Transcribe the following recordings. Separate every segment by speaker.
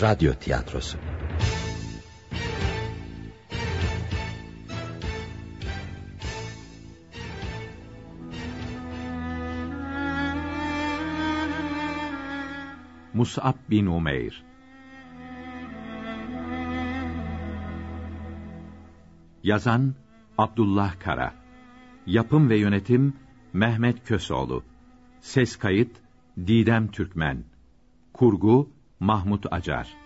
Speaker 1: Radyo tiyatrosu.
Speaker 2: Mus'ab bin Umeyr Yazan Abdullah Kara Yapım ve yönetim Mehmet Kösoğlu Ses kayıt Didem Türkmen Kurgu Mahmut Acar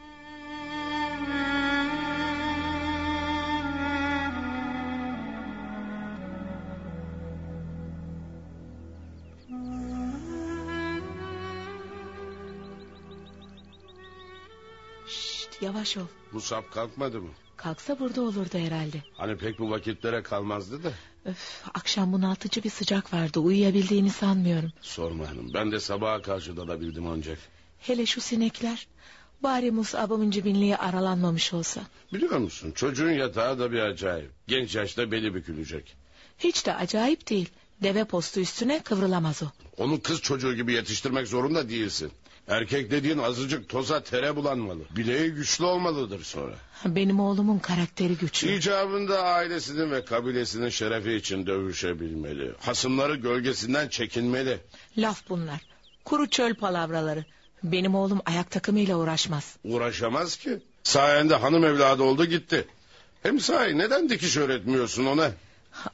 Speaker 3: Şşt yavaş ol.
Speaker 4: Musab kalkmadı mı?
Speaker 3: Kalksa burada olurdu herhalde.
Speaker 4: Hani pek bu vakitlere kalmazdı da.
Speaker 3: Öf akşam bunaltıcı bir sıcak vardı. Uyuyabildiğini sanmıyorum.
Speaker 4: Sorma hanım ben de sabaha karşı dalabildim ancak.
Speaker 3: Hele şu sinekler. Bari Musab'ımın cibinliği aralanmamış olsa.
Speaker 4: Biliyor musun çocuğun yatağı da bir acayip. Genç yaşta beli bükülecek.
Speaker 3: Hiç de acayip değil. Deve postu üstüne kıvrılamaz o.
Speaker 4: Onu kız çocuğu gibi yetiştirmek zorunda değilsin. Erkek dediğin azıcık toza tere bulanmalı. Bileği güçlü olmalıdır sonra.
Speaker 3: Benim oğlumun karakteri güçlü.
Speaker 4: İcabında ailesinin ve kabilesinin şerefi için dövüşebilmeli. Hasımları gölgesinden çekinmeli.
Speaker 3: Laf bunlar. Kuru çöl palavraları. Benim oğlum ayak takımıyla uğraşmaz.
Speaker 4: Uğraşamaz ki. Sayende hanım evladı oldu gitti. Hem sahi neden dikiş öğretmiyorsun ona?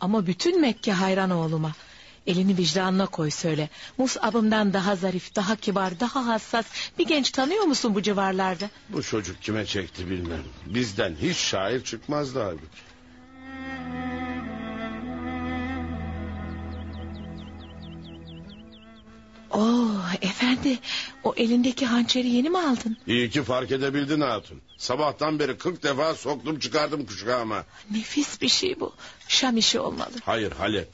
Speaker 3: Ama bütün Mekke hayran oğluma. Elini vicdanına koy söyle. Musab'ımdan daha zarif, daha kibar, daha hassas bir genç tanıyor musun bu civarlarda?
Speaker 4: Bu çocuk kime çekti bilmem. Bizden hiç şair çıkmazdı abi.
Speaker 3: Oo Oh, efendi, o elindeki hançeri yeni mi aldın?
Speaker 4: İyi ki fark edebildin hatun. Sabahtan beri 40 defa soktum çıkardım kuşağıma.
Speaker 3: Nefis bir şey bu. Şam işi olmalı.
Speaker 4: Hayır Halep.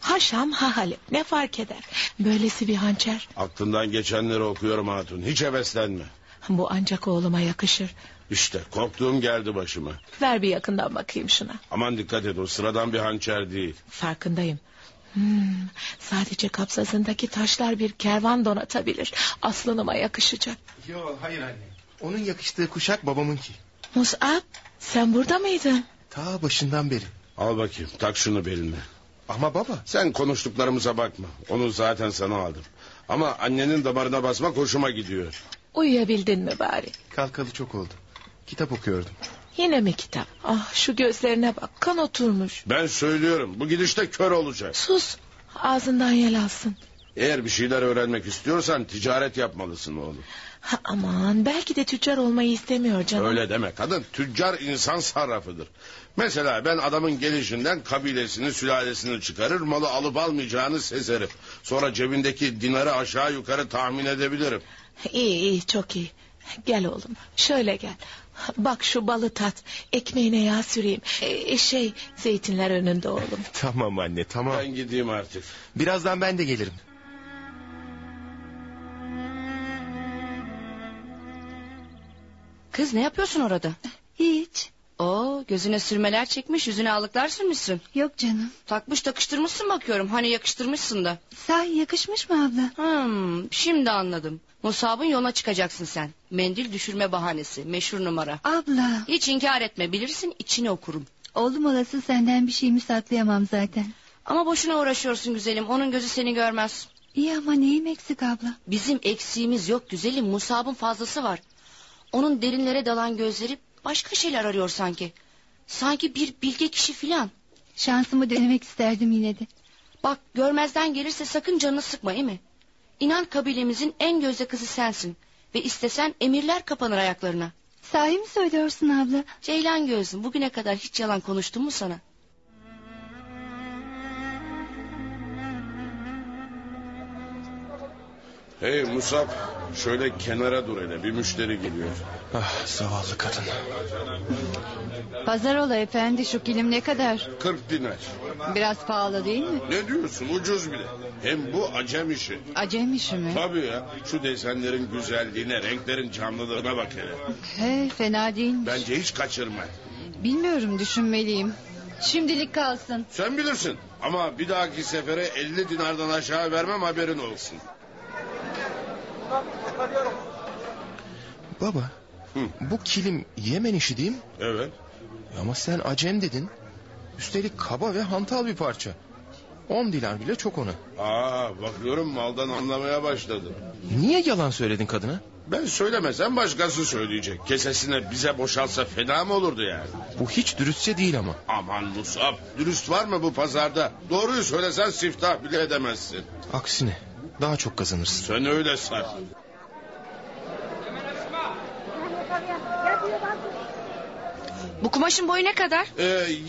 Speaker 3: Ha Şam ha Halep ne fark eder? Böylesi bir hançer.
Speaker 4: Aklından geçenleri okuyorum hatun. Hiç heveslenme.
Speaker 3: Bu ancak oğluma yakışır.
Speaker 4: İşte korktuğum geldi başıma.
Speaker 3: Ver bir yakından bakayım şuna.
Speaker 4: Aman dikkat et o sıradan bir hançer değil.
Speaker 3: Farkındayım. Hmm, sadece kapsasındaki taşlar bir kervan donatabilir. Aslanıma yakışacak.
Speaker 5: Yo hayır anne. Onun yakıştığı kuşak babamınki.
Speaker 3: Musab sen burada mıydın?
Speaker 5: Ta başından beri.
Speaker 4: Al bakayım tak şunu beline.
Speaker 5: Ama baba.
Speaker 4: Sen konuştuklarımıza bakma. Onu zaten sana aldım. Ama annenin damarına basmak hoşuma gidiyor.
Speaker 3: Uyuyabildin mi bari?
Speaker 5: Kalkalı çok oldu. Kitap okuyordum.
Speaker 3: Yine mi kitap? Ah şu gözlerine bak kan oturmuş.
Speaker 4: Ben söylüyorum bu gidişte kör olacak.
Speaker 3: Sus ağzından yel alsın.
Speaker 4: Eğer bir şeyler öğrenmek istiyorsan ticaret yapmalısın oğlum.
Speaker 3: Ha, aman belki de tüccar olmayı istemiyor canım.
Speaker 4: Öyle deme kadın. Tüccar insan sarrafıdır. Mesela ben adamın gelişinden kabilesini sülalesini çıkarır malı alıp almayacağını sezerim. Sonra cebindeki dinarı aşağı yukarı tahmin edebilirim.
Speaker 3: İyi iyi çok iyi. Gel oğlum şöyle gel. Bak şu balı tat. Ekmeğine yağ süreyim. Ee, şey zeytinler önünde oğlum.
Speaker 5: Tamam anne tamam.
Speaker 4: Ben gideyim artık.
Speaker 5: Birazdan ben de gelirim.
Speaker 6: Kız ne yapıyorsun orada?
Speaker 7: Hiç.
Speaker 6: Oo gözüne sürmeler çekmiş yüzüne ağlıklar sürmüşsün.
Speaker 7: Yok canım.
Speaker 6: Takmış takıştırmışsın bakıyorum hani yakıştırmışsın da.
Speaker 7: Sahi yakışmış mı abla?
Speaker 6: Hmm, şimdi anladım. Musab'ın yoluna çıkacaksın sen. Mendil düşürme bahanesi meşhur numara.
Speaker 7: Abla.
Speaker 6: Hiç inkar etme bilirsin içini okurum.
Speaker 7: Oğlum olası senden bir şeyimi saklayamam zaten.
Speaker 6: Ama boşuna uğraşıyorsun güzelim onun gözü seni görmez.
Speaker 7: İyi ama neyim eksik abla?
Speaker 6: Bizim eksiğimiz yok güzelim Musab'ın fazlası var. Onun derinlere dalan gözleri başka şeyler arıyor sanki. Sanki bir bilge kişi filan.
Speaker 7: Şansımı denemek isterdim yine de.
Speaker 6: Bak görmezden gelirse sakın canını sıkma iyi mi? İnan kabilemizin en gözde kızı sensin. Ve istesen emirler kapanır ayaklarına.
Speaker 7: Sahi mi söylüyorsun abla?
Speaker 6: Ceylan gözlüm bugüne kadar hiç yalan konuştum mu sana?
Speaker 4: Hey Musab şöyle kenara dur hele bir müşteri geliyor.
Speaker 5: Ah zavallı kadın.
Speaker 7: Pazar ola efendi şu kilim ne kadar?
Speaker 4: 40 dinar.
Speaker 7: Biraz pahalı değil mi?
Speaker 4: Ne diyorsun ucuz bile. Hem bu acem işi.
Speaker 7: Acem işi mi?
Speaker 4: Tabii ya şu desenlerin güzelliğine renklerin canlılığına bak hele.
Speaker 7: He fena değilmiş.
Speaker 4: Bence hiç kaçırma.
Speaker 7: Bilmiyorum düşünmeliyim. Şimdilik kalsın.
Speaker 4: Sen bilirsin ama bir dahaki sefere 50 dinardan aşağı vermem haberin olsun.
Speaker 5: Baba Bu kilim Yemen işi değil mi?
Speaker 4: Evet.
Speaker 5: Ama sen acem dedin. Üstelik kaba ve hantal bir parça. 10 dinar bile çok ona.
Speaker 4: Aa bakıyorum maldan anlamaya başladı.
Speaker 5: Niye yalan söyledin kadına?
Speaker 4: Ben söylemesem başkası söyleyecek. Kesesine bize boşalsa fena mı olurdu yani?
Speaker 5: Bu hiç dürüstçe değil ama.
Speaker 4: Aman Musab dürüst var mı bu pazarda? Doğruyu söylesen siftah bile edemezsin.
Speaker 5: Aksine daha çok kazanırsın.
Speaker 4: Sen öyle san.
Speaker 6: Bu kumaşın boyu ne kadar?
Speaker 4: Ee,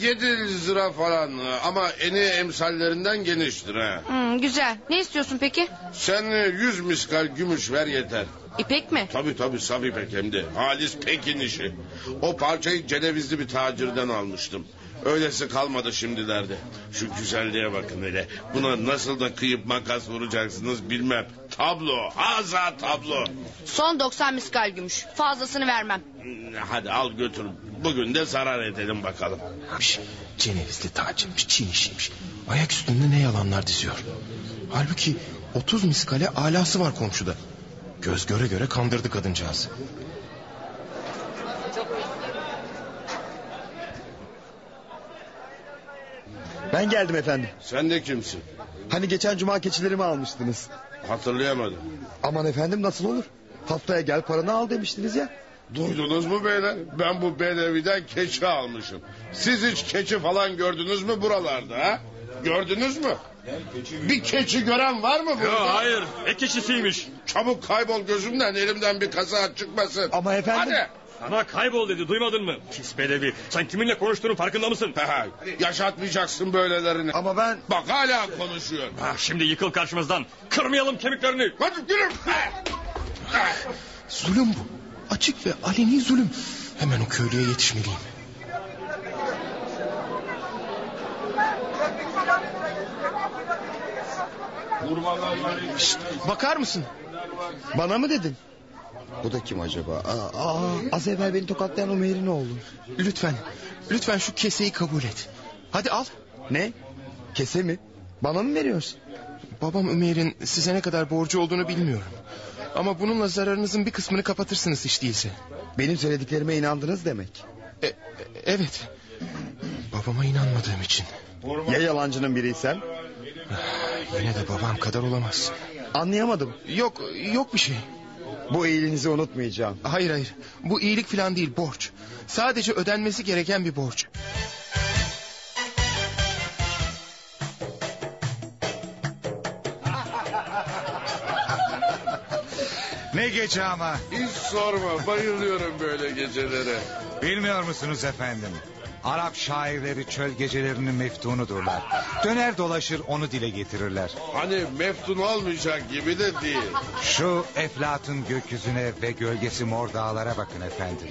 Speaker 4: yedi zira falan ama eni emsallerinden geniştir ha.
Speaker 6: Hmm, güzel. Ne istiyorsun peki?
Speaker 4: Sen e, yüz miskal gümüş ver yeter.
Speaker 6: İpek mi?
Speaker 4: Tabii tabii Safi İpek hem de. Halis Pekin işi. O parçayı Cenevizli bir tacirden almıştım. Öylesi kalmadı şimdilerde. Şu güzelliğe bakın hele. Buna nasıl da kıyıp makas vuracaksınız bilmem. Tablo, haza tablo.
Speaker 6: Son 90 miskal gümüş. Fazlasını vermem.
Speaker 4: Hmm, Hadi al götür. Bugün de zarar edelim bakalım.
Speaker 5: Miş, Cenevizli tacirmiş, Çin işiymiş. Ayak üstünde ne yalanlar diziyor. Halbuki 30 miskale alası var komşuda. Göz göre göre kandırdı kadıncağızı.
Speaker 1: Ben geldim efendim.
Speaker 4: Sen de kimsin?
Speaker 1: Hani geçen cuma keçilerimi almıştınız.
Speaker 4: Hatırlayamadım.
Speaker 1: Aman efendim nasıl olur? Haftaya gel paranı al demiştiniz ya.
Speaker 4: Duydunuz mu beyler? Ben bu bedeviden keçi almışım. Siz hiç keçi falan gördünüz mü buralarda ha? Gördünüz mü? Bir keçi gören var mı burada?
Speaker 8: hayır. E keçisiymiş.
Speaker 4: Çabuk kaybol gözümden elimden bir kaza çıkmasın.
Speaker 1: Ama efendim-
Speaker 4: Hadi.
Speaker 8: Sana kaybol dedi duymadın mı? Pis bedevi. Sen kiminle konuştuğunun farkında mısın?
Speaker 4: Ha, ha, Yaşatmayacaksın böylelerini.
Speaker 1: Ama ben
Speaker 4: Bak hala konuşuyor.
Speaker 8: Ah, şimdi yıkıl karşımızdan. Kırmayalım kemiklerini.
Speaker 4: Hadi gülüm. Ha. Ha.
Speaker 5: Zulüm bu. Açık ve aleni zulüm. Hemen o köylüye yetişmeliyim. Şşt, bakar mısın?
Speaker 1: bana mı dedin? Bu da kim acaba? Aa, aa, az evvel beni tokatlayan o Meher'in oğlu.
Speaker 5: Lütfen, lütfen şu keseyi kabul et. Hadi al.
Speaker 1: Ne? Kese mi? Bana mı veriyorsun?
Speaker 5: Babam Ömer'in size ne kadar borcu olduğunu bilmiyorum. Ama bununla zararınızın bir kısmını kapatırsınız hiç değilse.
Speaker 1: Benim söylediklerime inandınız demek.
Speaker 5: E, e, evet. Babama inanmadığım için.
Speaker 1: Ya yalancının biriysen?
Speaker 5: Yine de babam kadar olamazsın.
Speaker 1: Anlayamadım.
Speaker 5: Yok, yok bir şey.
Speaker 1: Bu iyiliğinizi unutmayacağım.
Speaker 5: Hayır hayır. Bu iyilik falan değil borç. Sadece ödenmesi gereken bir borç.
Speaker 9: Ne gece ama
Speaker 4: Hiç sorma bayılıyorum böyle gecelere.
Speaker 9: bilmiyor musunuz efendim? Arap şairleri çöl gecelerinin meftunudurlar. Döner dolaşır onu dile getirirler.
Speaker 4: Hani meftun olmayacak gibi de değil.
Speaker 9: Şu Eflatun gökyüzüne ve gölgesi mor dağlara bakın efendim.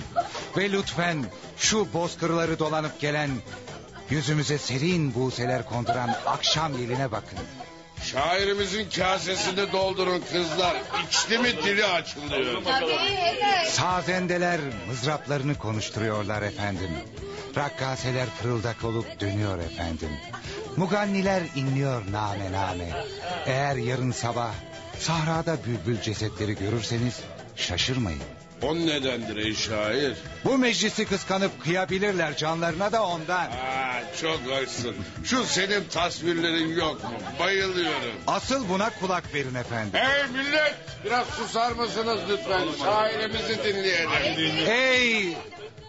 Speaker 9: Ve lütfen şu bozkırları dolanıp gelen... ...yüzümüze serin buğseler konduran akşam yeline bakın.
Speaker 4: Şairimizin kasesini doldurun kızlar. İçti mi dili açılıyor.
Speaker 9: Sazendeler mızraplarını konuşturuyorlar efendim. Rakkaseler fırıldak olup dönüyor efendim. Muganniler inliyor name name. Eğer yarın sabah sahrada bülbül cesetleri görürseniz şaşırmayın.
Speaker 4: O nedendir ey şair?
Speaker 9: Bu meclisi kıskanıp kıyabilirler canlarına da ondan.
Speaker 4: Aa, çok hoşsun. Şu senin tasvirlerin yok mu? Bayılıyorum.
Speaker 9: Asıl buna kulak verin efendim.
Speaker 4: Hey millet! Biraz susar mısınız lütfen? Şairimizi dinleyelim.
Speaker 9: Ey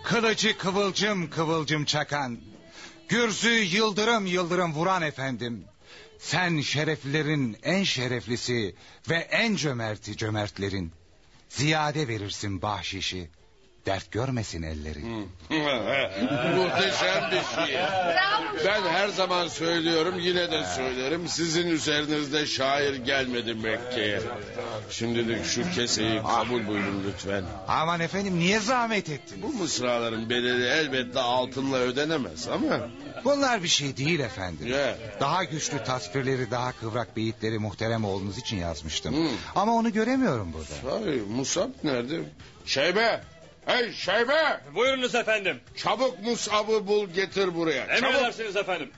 Speaker 9: kılıcı kıvılcım kıvılcım çakan. Gürzü yıldırım yıldırım vuran efendim. Sen şereflilerin en şereflisi ve en cömerti cömertlerin. Ziyade verirsin bahşişi. Dert görmesin elleri.
Speaker 4: Muhteşem bir şiir. Ben her zaman söylüyorum yine de söylerim. Sizin üzerinizde şair gelmedi Mekke'ye. Şimdilik şu keseyi kabul buyurun lütfen.
Speaker 9: Aman efendim niye zahmet ettin?
Speaker 4: Bu mısraların bedeli elbette altınla ödenemez ama...
Speaker 9: Bunlar bir şey değil efendim.
Speaker 4: Ya.
Speaker 9: Daha güçlü tasvirleri, daha kıvrak beyitleri muhterem oğlunuz için yazmıştım.
Speaker 4: Hı.
Speaker 9: Ama onu göremiyorum burada.
Speaker 4: Ay Musab nerede? Şeybe! Hey Şeybe!
Speaker 8: Buyurunuz efendim.
Speaker 4: Çabuk Musab'ı bul getir buraya. Çabuk!
Speaker 8: Emredersiniz efendim.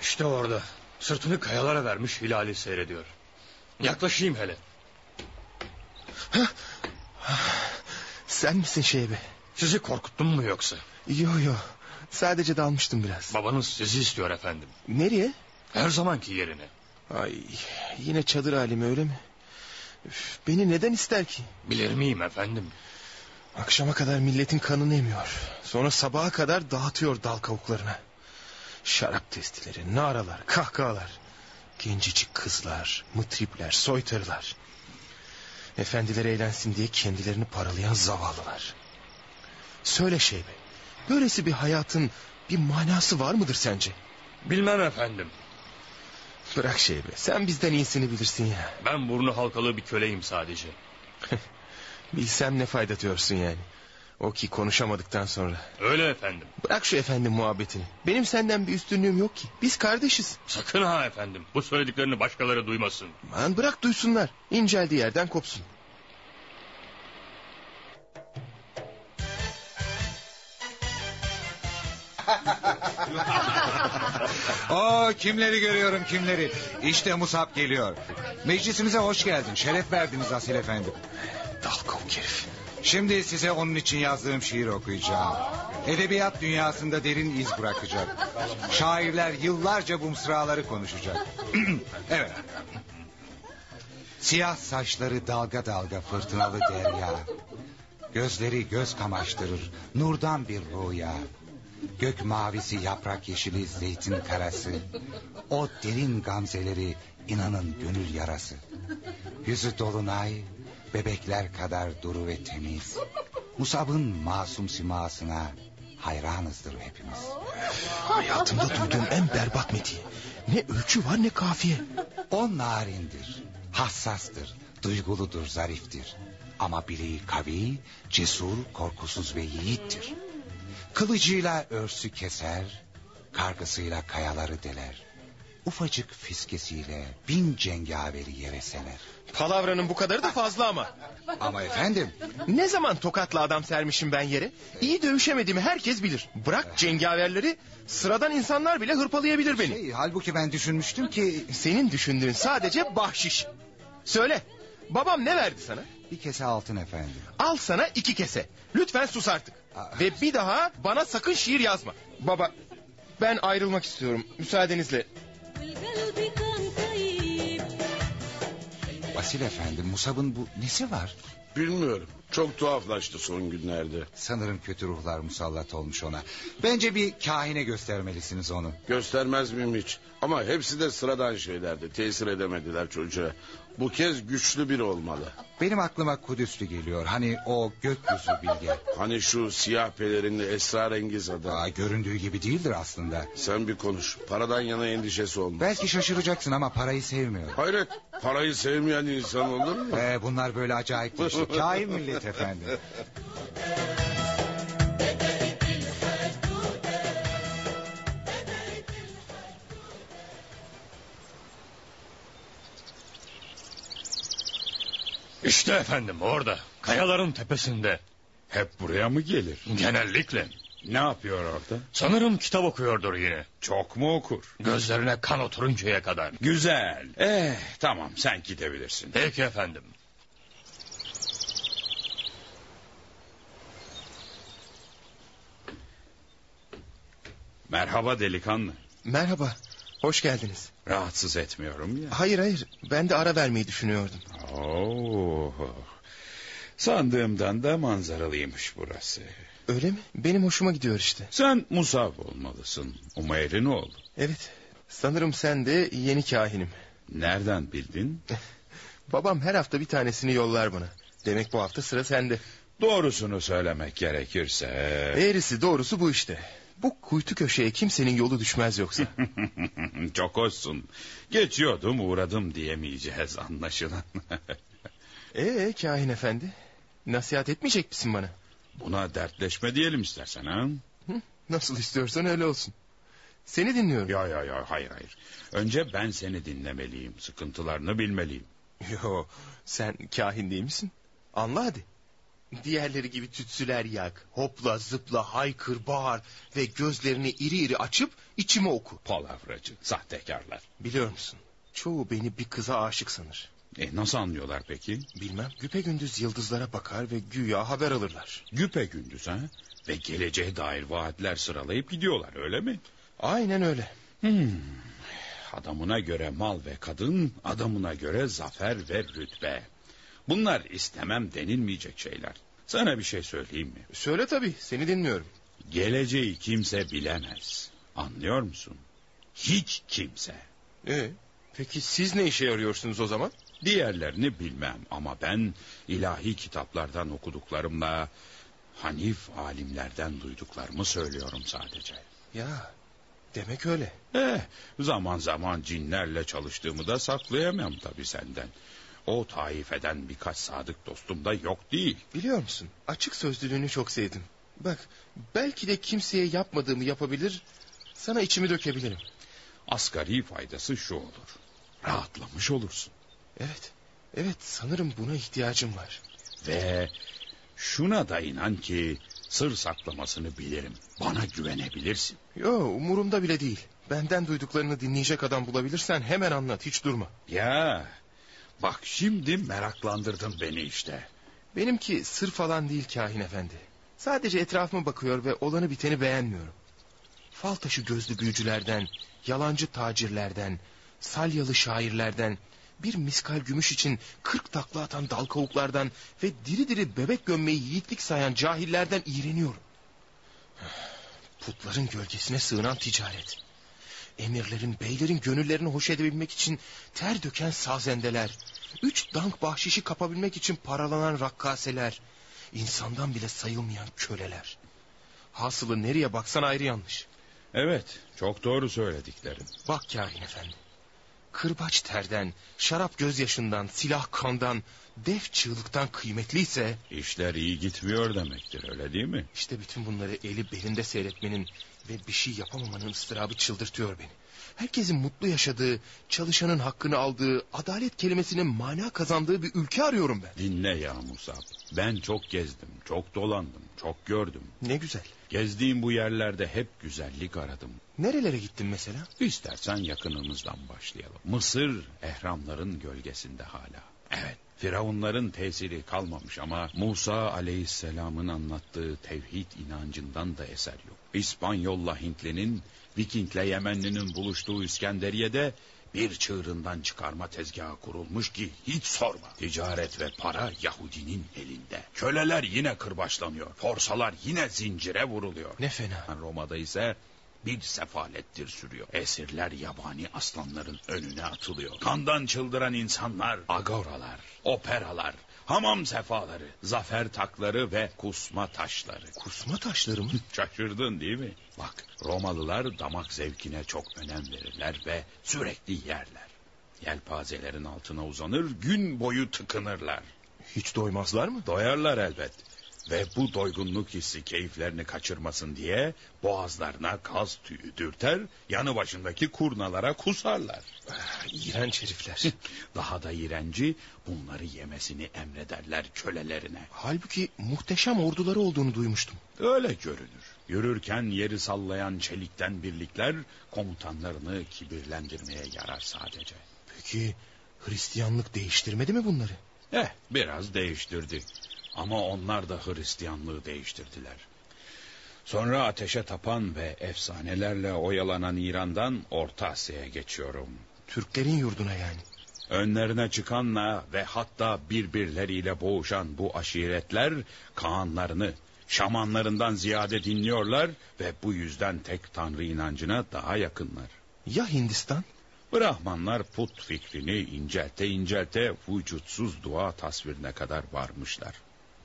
Speaker 8: İşte orada. Sırtını kayalara vermiş hilali seyrediyor. Yaklaşayım hele.
Speaker 5: Sen misin Şeybe?
Speaker 8: Sizi korkuttum mu yoksa?
Speaker 5: Yo yo. Sadece dalmıştım biraz.
Speaker 8: Babanız sizi istiyor efendim.
Speaker 5: Nereye?
Speaker 8: Her zamanki yerine.
Speaker 5: Ay yine çadır halimi öyle mi? Üf, beni neden ister ki?
Speaker 8: Bilir miyim efendim?
Speaker 5: Akşama kadar milletin kanını emiyor. Sonra sabaha kadar dağıtıyor dal kavuklarına. Şarap testileri, naralar, kahkahalar. Gencecik kızlar, mıtripler, soytarılar. Efendiler eğlensin diye kendilerini paralayan zavallılar. Söyle Şeybe, böylesi bir hayatın bir manası var mıdır sence?
Speaker 8: Bilmem efendim.
Speaker 5: Bırak Şeybe, sen bizden iyisini bilirsin ya.
Speaker 8: Ben burnu halkalı bir köleyim sadece.
Speaker 5: Bilsem ne fayda diyorsun yani. O ki konuşamadıktan sonra.
Speaker 8: Öyle efendim.
Speaker 5: Bırak şu efendi muhabbetini. Benim senden bir üstünlüğüm yok ki. Biz kardeşiz.
Speaker 8: Sakın ha efendim. Bu söylediklerini başkaları duymasın.
Speaker 5: Aman bırak duysunlar. İnceldiği yerden kopsun.
Speaker 9: Oo kimleri görüyorum kimleri. İşte Musab geliyor. Meclisimize hoş geldin. Şeref verdiniz Asil Efendi.
Speaker 5: Dal kavuk herif.
Speaker 9: Şimdi size onun için yazdığım şiir okuyacağım. Edebiyat dünyasında derin iz bırakacak. Şairler yıllarca bu mısraları konuşacak. evet. Siyah saçları dalga dalga fırtınalı derya. Gözleri göz kamaştırır. Nurdan bir rüya. Gök mavisi yaprak yeşili zeytin karası. O derin gamzeleri inanın gönül yarası. Yüzü dolunay, bebekler kadar duru ve temiz. Musab'ın masum simasına hayranızdır hepimiz.
Speaker 5: Hayatımda duyduğum en berbat metiye. Ne ölçü var ne kafiye.
Speaker 9: O narindir, hassastır, duyguludur, zariftir. Ama bileği kavi, cesur, korkusuz ve yiğittir. Kılıcıyla örsü keser, kargısıyla kayaları deler. Ufacık fiskesiyle bin cengaveri yere serer.
Speaker 5: Palavranın bu kadarı da fazla ama.
Speaker 9: Ama efendim
Speaker 5: Ne zaman tokatla adam sermişim ben yere? İyi dövüşemediğimi herkes bilir. Bırak cengaverleri, sıradan insanlar bile hırpalayabilir beni.
Speaker 9: şey, halbuki ben düşünmüştüm ki
Speaker 5: Senin düşündüğün sadece bahşiş. Söyle, babam ne verdi sana?
Speaker 9: bir kese altın efendim.
Speaker 5: Al sana iki kese. Lütfen sus artık.
Speaker 9: Aa.
Speaker 5: Ve bir daha bana sakın şiir yazma. Baba, ben ayrılmak istiyorum. Müsaadenizle.
Speaker 9: Vasil efendim Musab'ın bu nesi var?
Speaker 4: Bilmiyorum. Çok tuhaflaştı son günlerde.
Speaker 9: Sanırım kötü ruhlar musallat olmuş ona. Bence bir kahine göstermelisiniz onu.
Speaker 4: Göstermez miyim hiç? Ama hepsi de sıradan şeylerdi. Tesir edemediler çocuğa. Bu kez güçlü biri olmalı.
Speaker 9: Benim aklıma Kudüs'lü geliyor. Hani o gökyüzü bilge.
Speaker 4: Hani şu siyah pelerinli esrarengiz adam.
Speaker 9: Daha göründüğü gibi değildir aslında.
Speaker 4: Sen bir konuş. Paradan yana endişesi olma.
Speaker 9: Belki şaşıracaksın ama parayı sevmiyor.
Speaker 4: Hayret. Parayı sevmeyen insan olur mu?
Speaker 9: Ee, bunlar böyle acayip bir şey. Kain millet efendim.
Speaker 8: İşte efendim orada. Kayaların tepesinde.
Speaker 10: Hep buraya mı gelir?
Speaker 8: Genellikle.
Speaker 10: Ne yapıyor orada?
Speaker 8: Sanırım kitap okuyordur yine.
Speaker 10: Çok mu okur?
Speaker 8: Gözlerine kan oturuncaya kadar.
Speaker 10: Güzel. Eh tamam sen gidebilirsin.
Speaker 8: Peki efendim.
Speaker 10: Merhaba delikanlı.
Speaker 5: Merhaba, hoş geldiniz.
Speaker 10: Rahatsız etmiyorum ya.
Speaker 5: Hayır hayır, ben de ara vermeyi düşünüyordum.
Speaker 10: Oo. Sandığımdan da manzaralıymış burası.
Speaker 5: Öyle mi? Benim hoşuma gidiyor işte.
Speaker 10: Sen Musab olmalısın. Umayr'in oğlu.
Speaker 5: Evet, sanırım sen de yeni kahinim.
Speaker 10: Nereden bildin?
Speaker 5: Babam her hafta bir tanesini yollar bana. Demek bu hafta sıra sende.
Speaker 10: Doğrusunu söylemek gerekirse...
Speaker 5: Eğrisi doğrusu bu işte. Bu kuytu köşeye kimsenin yolu düşmez yoksa.
Speaker 10: Çok hoşsun. Geçiyordum uğradım diyemeyeceğiz anlaşılan.
Speaker 5: Ee kahin efendi, nasihat etmeyecek misin bana?
Speaker 10: Buna dertleşme diyelim istersen ha?
Speaker 5: Nasıl istiyorsan öyle olsun. Seni dinliyorum.
Speaker 10: Ya ya ya hayır hayır. Önce ben seni dinlemeliyim. Sıkıntılarını bilmeliyim.
Speaker 5: Yo, sen kahin değil misin? Anla hadi. Diğerleri gibi tütsüler yak, hopla, zıpla, haykır, bağır ve gözlerini iri iri açıp içime oku.
Speaker 10: Palavracı, sahtekarlar.
Speaker 5: Biliyor musun? Çoğu beni bir kıza aşık sanır.
Speaker 10: E nasıl anlıyorlar peki?
Speaker 5: Bilmem. Güpegündüz yıldızlara bakar ve güya haber alırlar.
Speaker 10: Güpe gündüz ha? Ve geleceğe dair vaatler sıralayıp gidiyorlar öyle mi?
Speaker 5: Aynen öyle.
Speaker 10: Hmm. Adamına göre mal ve kadın, adamına göre zafer ve rütbe. Bunlar istemem denilmeyecek şeyler. Sana bir şey söyleyeyim mi?
Speaker 5: Söyle tabii. Seni dinliyorum.
Speaker 10: Geleceği kimse bilemez. Anlıyor musun? Hiç kimse.
Speaker 5: Ee, peki siz ne işe yarıyorsunuz o zaman?
Speaker 10: Diğerlerini bilmem ama ben ilahi kitaplardan okuduklarımla Hanif alimlerden duyduklarımı söylüyorum sadece.
Speaker 5: Ya demek öyle.
Speaker 10: Eh, zaman zaman cinlerle çalıştığımı da saklayamam tabii senden. O taifeden birkaç sadık dostum da yok değil.
Speaker 5: Biliyor musun açık sözlülüğünü çok sevdim. Bak belki de kimseye yapmadığımı yapabilir sana içimi dökebilirim.
Speaker 10: Asgari faydası şu olur. Rahatlamış olursun.
Speaker 5: Evet evet sanırım buna ihtiyacım var.
Speaker 10: Ve şuna da inan ki sır saklamasını bilirim. Bana güvenebilirsin.
Speaker 5: Yo umurumda bile değil. Benden duyduklarını dinleyecek adam bulabilirsen hemen anlat hiç durma.
Speaker 10: Ya bak şimdi meraklandırdın beni işte.
Speaker 5: Benimki sır falan değil kahin efendi. Sadece etrafıma bakıyor ve olanı biteni beğenmiyorum. Fal taşı gözlü büyücülerden, yalancı tacirlerden, salyalı şairlerden, bir miskal gümüş için kırk takla atan dal kavuklardan ve diri diri bebek gömmeyi yiğitlik sayan cahillerden iğreniyorum. Putların gölgesine sığınan ticaret. Emirlerin, beylerin gönüllerini hoş edebilmek için ter döken sazendeler. Üç dank bahşişi kapabilmek için paralanan rakkaseler. insandan bile sayılmayan köleler. Hasılı nereye baksan ayrı yanlış.
Speaker 10: Evet çok doğru söylediklerin.
Speaker 5: Bak kahin efendi. Kırbaç terden, şarap gözyaşından, silah kandan, dev çığlıktan kıymetliyse...
Speaker 10: İşler iyi gitmiyor demektir öyle değil mi?
Speaker 5: ...işte bütün bunları eli belinde seyretmenin ve bir şey yapamamanın ıstırabı çıldırtıyor beni. Herkesin mutlu yaşadığı, çalışanın hakkını aldığı, adalet kelimesinin mana kazandığı bir ülke arıyorum ben.
Speaker 10: Dinle ya Musa. Ben çok gezdim, çok dolandım, çok gördüm.
Speaker 5: Ne güzel.
Speaker 10: Gezdiğim bu yerlerde hep güzellik aradım.
Speaker 5: Nerelere gittin mesela?
Speaker 10: İstersen yakınımızdan başlayalım. Mısır ehramların gölgesinde hala. Evet. Firavunların tesiri kalmamış ama Musa aleyhisselamın anlattığı tevhid inancından da eser yok. İspanyolla Hintli'nin, Vikingle Yemenli'nin buluştuğu İskenderiye'de bir çığırından çıkarma tezgahı kurulmuş ki hiç sorma. Ticaret ve para Yahudinin elinde. Köleler yine kırbaçlanıyor. Forsalar yine zincire vuruluyor.
Speaker 5: Ne fena.
Speaker 10: Roma'da ise bir sefalettir sürüyor. Esirler yabani aslanların önüne atılıyor. Kandan çıldıran insanlar, agoralar, operalar, hamam sefaları, zafer takları ve kusma taşları.
Speaker 5: Kusma taşları mı?
Speaker 10: Şaşırdın değil mi? Bak Romalılar damak zevkine çok önem verirler ve sürekli yerler. Yelpazelerin altına uzanır, gün boyu tıkınırlar.
Speaker 5: Hiç doymazlar mı?
Speaker 10: Doyarlar elbet. Ve bu doygunluk hissi keyiflerini kaçırmasın diye boğazlarına kaz tüyü dürter, yanı başındaki kurnalara kusarlar.
Speaker 5: Ah, İğrenç herifler.
Speaker 10: Daha da iğrenci bunları yemesini emrederler kölelerine.
Speaker 5: Halbuki muhteşem orduları olduğunu duymuştum.
Speaker 10: Öyle görünür. Yürürken yeri sallayan çelikten birlikler komutanlarını kibirlendirmeye yarar sadece.
Speaker 5: Peki Hristiyanlık değiştirmedi mi bunları?
Speaker 10: Eh biraz değiştirdi. Ama onlar da Hristiyanlığı değiştirdiler. Sonra ateşe tapan ve efsanelerle oyalanan İran'dan Orta Asya'ya geçiyorum.
Speaker 5: Türklerin yurduna yani.
Speaker 10: Önlerine çıkanla ve hatta birbirleriyle boğuşan bu aşiretler Kaanlarını şamanlarından ziyade dinliyorlar ve bu yüzden tek tanrı inancına daha yakınlar.
Speaker 5: Ya Hindistan?
Speaker 10: Brahmanlar put fikrini incelte incelte vücutsuz dua tasvirine kadar varmışlar.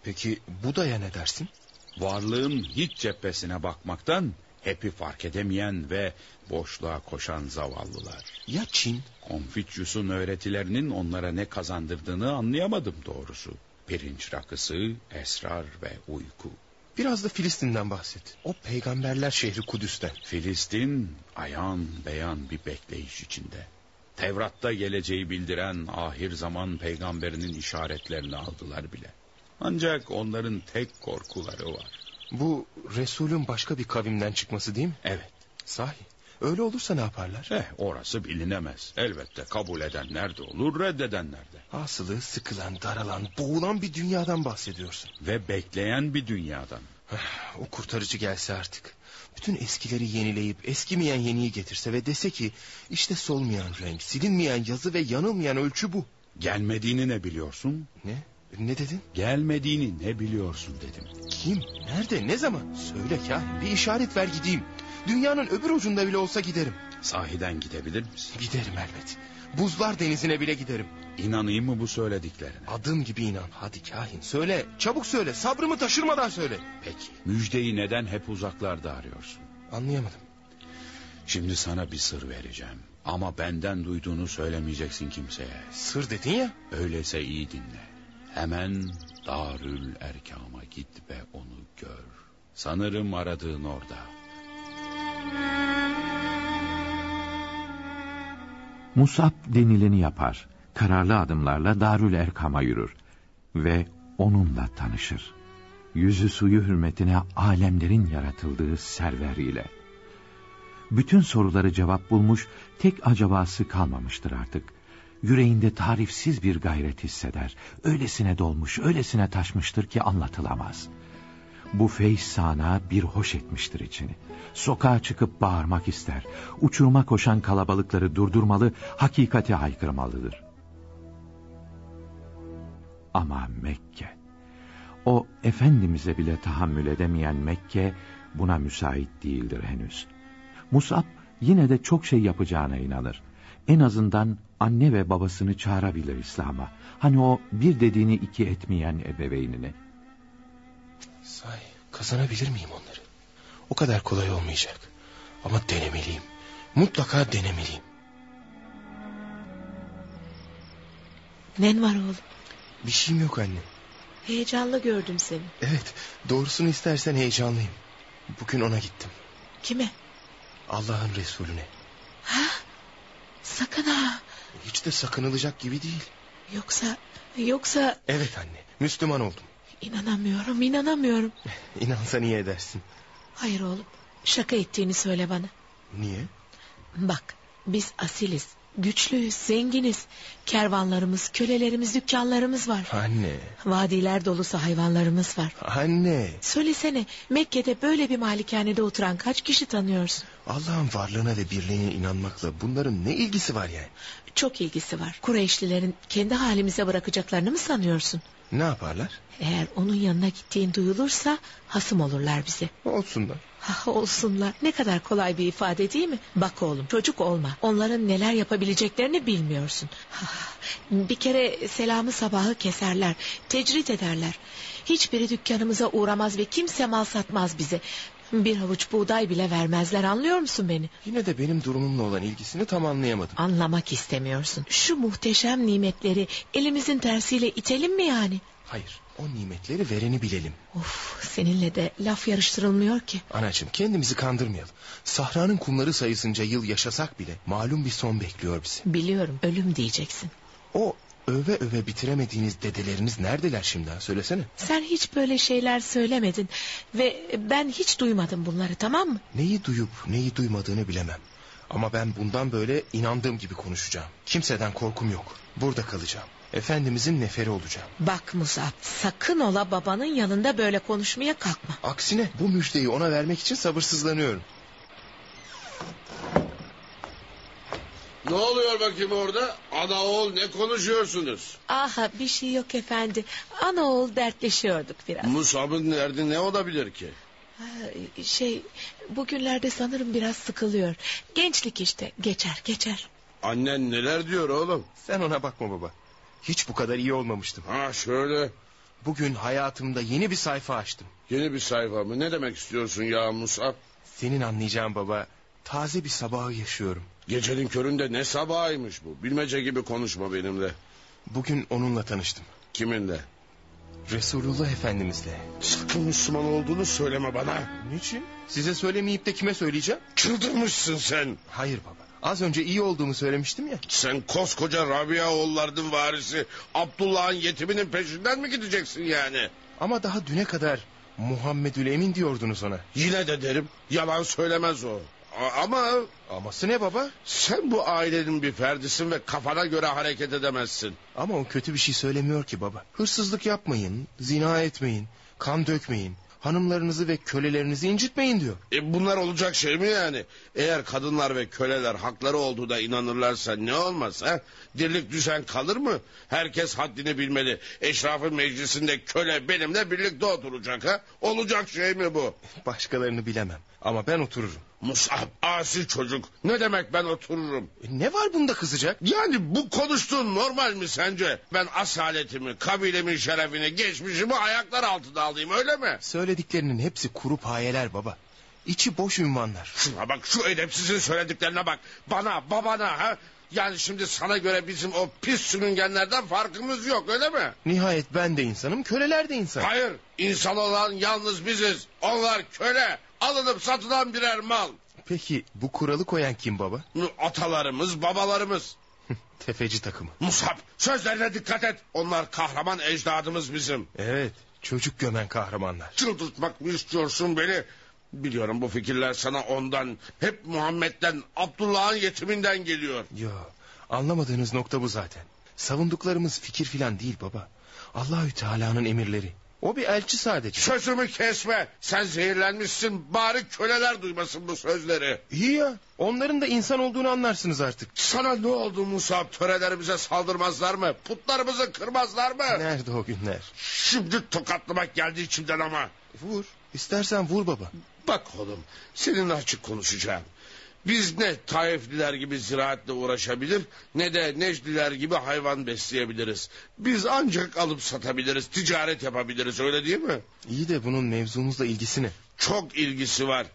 Speaker 5: Peki Buda'ya ne dersin?
Speaker 10: Varlığın hiç cephesine bakmaktan hepi fark edemeyen ve boşluğa koşan zavallılar.
Speaker 5: Ya Çin?
Speaker 10: Konfüçyüs'ün öğretilerinin onlara ne kazandırdığını anlayamadım doğrusu. Pirinç rakısı, esrar ve uyku.
Speaker 5: Biraz da Filistin'den bahset. O peygamberler şehri Kudüs'ten.
Speaker 10: Filistin ayan beyan bir bekleyiş içinde. Tevrat'ta geleceği bildiren ahir zaman peygamberinin işaretlerini aldılar bile. Ancak onların tek korkuları var.
Speaker 5: Bu Resul'ün başka bir kavimden çıkması değil mi?
Speaker 10: Evet.
Speaker 5: Sahi Öyle olursa ne yaparlar?
Speaker 10: Eh orası bilinemez. Elbette kabul edenler de olur reddedenler de.
Speaker 5: Asılı sıkılan, daralan, boğulan bir dünyadan bahsediyorsun.
Speaker 10: Ve bekleyen bir dünyadan.
Speaker 5: Ah, O kurtarıcı gelse artık. Bütün eskileri yenileyip eskimeyen yeniyi getirse ve dese ki... ...işte solmayan renk, silinmeyen yazı ve yanılmayan ölçü bu.
Speaker 10: Gelmediğini ne biliyorsun?
Speaker 5: Ne? Ne dedin?
Speaker 10: Gelmediğini ne biliyorsun dedim.
Speaker 5: Kim? Nerede? Ne zaman? Söyle kahin. Bir işaret ver gideyim. Dünyanın öbür ucunda bile olsa giderim.
Speaker 10: Sahiden gidebilir misin?
Speaker 5: Giderim elbet. Buzlar denizine bile giderim.
Speaker 10: İnanayım mı bu söylediklerine?
Speaker 5: Adım gibi inan. Hadi kahin söyle. Çabuk söyle. Sabrımı taşırmadan söyle.
Speaker 10: Peki müjdeyi neden hep uzaklarda arıyorsun?
Speaker 5: Anlayamadım.
Speaker 10: Şimdi sana bir sır vereceğim. Ama benden duyduğunu söylemeyeceksin kimseye.
Speaker 5: Sır dedin ya.
Speaker 10: Öyleyse iyi dinle. Hemen Darül Erkam'a git ve onu gör. Sanırım aradığın orada.
Speaker 2: Musab denileni yapar. Kararlı adımlarla Darül Erkam'a yürür ve onunla tanışır. Yüzü suyu hürmetine alemlerin yaratıldığı server ile. Bütün soruları cevap bulmuş, tek acabası kalmamıştır artık. Yüreğinde tarifsiz bir gayret hisseder. Öylesine dolmuş, öylesine taşmıştır ki anlatılamaz. Bu feyz sana bir hoş etmiştir içini. Sokağa çıkıp bağırmak ister. Uçuruma koşan kalabalıkları durdurmalı, hakikati haykırmalıdır. Ama Mekke, o Efendimiz'e bile tahammül edemeyen Mekke, buna müsait değildir henüz. Musab yine de çok şey yapacağına inanır. En azından anne ve babasını çağırabilir İslam'a. Hani o bir dediğini iki etmeyen ebeveynini.
Speaker 5: Say kazanabilir miyim onları? O kadar kolay olmayacak. Ama denemeliyim. Mutlaka denemeliyim.
Speaker 3: Nen var oğlum?
Speaker 5: Bir şeyim yok anne.
Speaker 3: Heyecanlı gördüm seni.
Speaker 5: Evet doğrusunu istersen heyecanlıyım. Bugün ona gittim.
Speaker 3: Kime?
Speaker 5: Allah'ın Resulüne.
Speaker 3: Sakın ha.
Speaker 5: Hiç de sakınılacak gibi değil.
Speaker 3: Yoksa, yoksa
Speaker 5: Evet anne Müslüman oldum.
Speaker 3: inanamıyorum, inanamıyorum.
Speaker 5: İnansan iyi edersin.
Speaker 3: Hayır oğlum, şaka ettiğini söyle bana.
Speaker 5: Niye?
Speaker 3: Bak, biz asiliz, güçlüyüz, zenginiz. Kervanlarımız, kölelerimiz, dükkanlarımız var.
Speaker 5: Anne.
Speaker 3: Vadiler dolusu hayvanlarımız var.
Speaker 5: Anne.
Speaker 3: Söylesene, Mekke'de böyle bir malikanede oturan kaç kişi tanıyorsun?
Speaker 5: Allah'ın varlığına ve birliğine inanmakla bunların ne ilgisi var yani?
Speaker 3: Çok ilgisi var. Kureyşlilerin kendi halimize bırakacaklarını mı sanıyorsun?
Speaker 5: Ne yaparlar?
Speaker 3: Eğer onun yanına gittiğin duyulursa hasım olurlar bize.
Speaker 5: Olsunlar.
Speaker 3: Ah olsunlar. Ne kadar kolay bir ifade değil mi? Bak oğlum çocuk olma. Onların neler yapabileceklerini bilmiyorsun. Ah, bir kere selamı sabahı keserler. Tecrit ederler. Hiçbiri dükkanımıza uğramaz ve kimse mal satmaz bize. Bir havuç buğday bile vermezler anlıyor musun beni?
Speaker 5: Yine de benim durumumla olan ilgisini tam anlayamadım.
Speaker 3: Anlamak istemiyorsun. Şu muhteşem nimetleri elimizin tersiyle itelim mi yani?
Speaker 5: Hayır, o nimetleri vereni bilelim.
Speaker 3: Of seninle de laf yarıştırılmıyor ki.
Speaker 5: Anacığım kendimizi kandırmayalım. Sahranın kumları sayısınca yıl yaşasak bile malum bir son bekliyor bizi.
Speaker 3: Biliyorum ölüm diyeceksin.
Speaker 5: O öve öve bitiremediğiniz dedeleriniz neredeler şimdi ha? söylesene.
Speaker 3: Sen hiç böyle şeyler söylemedin ve ben hiç duymadım bunları tamam mı?
Speaker 5: Neyi duyup neyi duymadığını bilemem. Ama ben bundan böyle inandığım gibi konuşacağım. Kimseden korkum yok. Burada kalacağım. Efendimizin neferi olacağım.
Speaker 3: Bak Musab sakın ola babanın yanında böyle konuşmaya kalkma.
Speaker 5: Aksine bu müjdeyi ona vermek için sabırsızlanıyorum.
Speaker 4: Ne oluyor bakayım orada? Ana oğul ne konuşuyorsunuz?
Speaker 3: Aha bir şey yok efendi. Ana oğul dertleşiyorduk biraz.
Speaker 4: Musab'ın derdi ne olabilir ki?
Speaker 3: Ha, Şey bugünlerde sanırım biraz sıkılıyor. Gençlik işte geçer geçer.
Speaker 4: Annen neler diyor oğlum?
Speaker 5: Sen ona bakma baba. Hiç bu kadar iyi olmamıştım.
Speaker 4: Ha şöyle
Speaker 5: Bugün hayatımda yeni bir sayfa açtım.
Speaker 4: yeni bir sayfa mı? Ne demek istiyorsun ya Musab?
Speaker 5: Senin anlayacağın baba, taze bir sabahı yaşıyorum.
Speaker 4: Gecenin köründe ne sabahıymış bu? Bilmece gibi konuşma benimle.
Speaker 5: Bugün onunla tanıştım.
Speaker 4: Kiminle?
Speaker 5: Resulullah Efendimizle.
Speaker 4: Sakın Müslüman olduğunu söyleme bana.
Speaker 5: Niçin? Size söylemeyip de kime söyleyeceğim?
Speaker 4: Çıldırmışsın sen.
Speaker 5: Hayır baba. Az önce iyi olduğumu söylemiştim ya.
Speaker 4: Sen koskoca Rabia oğullarının varisi Abdullah'ın yetiminin peşinden mi gideceksin yani?
Speaker 5: Ama daha düne kadar Muhammedül Emin diyordunuz ona.
Speaker 4: Yine de derim yalan söylemez o. A- Ama
Speaker 5: Aması ne baba?
Speaker 4: sen bu ailenin bir ferdisin ve kafana göre hareket edemezsin.
Speaker 5: Ama o kötü bir şey söylemiyor ki baba. Hırsızlık yapmayın, zina etmeyin, kan dökmeyin, hanımlarınızı ve kölelerinizi incitmeyin diyor.
Speaker 4: E bunlar olacak şey mi yani? Eğer kadınlar ve köleler hakları olduğuna inanırlarsa ne olmaz ha? Dirlik düzen kalır mı? Herkes haddini bilmeli. Eşrafın meclisinde köle benimle birlikte oturacak ha? Olacak şey mi bu?
Speaker 5: Başkalarını bilemem ama ben otururum.
Speaker 4: Musab asi çocuk. Ne demek ben otururum?
Speaker 5: E ne var bunda kızacak?
Speaker 4: Yani bu konuştuğun normal mi sence? Ben asaletimi, kabilemin şerefini, geçmişimi ayaklar altına alayım öyle mi?
Speaker 5: Söylediklerinin hepsi kuru payeler baba. İçi boş ünvanlar.
Speaker 4: Şuna bak şu edepsizin söylediklerine bak. Bana babana ha. Yani şimdi sana göre bizim o pis sürüngenlerden farkımız yok öyle mi?
Speaker 5: Nihayet ben de insanım, köleler de insan.
Speaker 4: Hayır insan olan yalnız biziz. Onlar köle alınıp satılan birer mal.
Speaker 5: Peki bu kuralı koyan kim baba?
Speaker 4: Atalarımız babalarımız.
Speaker 5: Tefeci takımı.
Speaker 4: Musab sözlerine dikkat et. Onlar kahraman ecdadımız bizim.
Speaker 5: Evet, çocuk gömen kahramanlar.
Speaker 4: Çıldırtmak mı istiyorsun beni? Biliyorum bu fikirler sana ondan, hep Muhammed'den, Abdullah'ın yetiminden geliyor.
Speaker 5: Yo, anlamadığınız nokta bu zaten. Savunduklarımız fikir filan değil baba. Allahü Teala'nın emirleri. O bir elçi sadece.
Speaker 4: Sözümü kesme. Sen zehirlenmişsin. Bari köleler duymasın bu sözleri.
Speaker 5: İyi ya, onların da insan olduğunu anlarsınız artık.
Speaker 4: Sana ne oldu Musab? Törelerimize saldırmazlar mı? Putlarımızı kırmazlar mı?
Speaker 5: Nerede o günler?
Speaker 4: Şimdi tokatlamak geldi içimden ama.
Speaker 5: Vur, istersen vur baba.
Speaker 4: Bak oğlum seninle açık konuşacağım. Biz ne Taifliler gibi ziraatle uğraşabilir ne de Necdiler gibi hayvan besleyebiliriz. Biz ancak alıp satabiliriz, ticaret yapabiliriz öyle değil mi?
Speaker 5: İyi de bunun mevzumuzla ilgisi ne?
Speaker 4: Çok ilgisi var.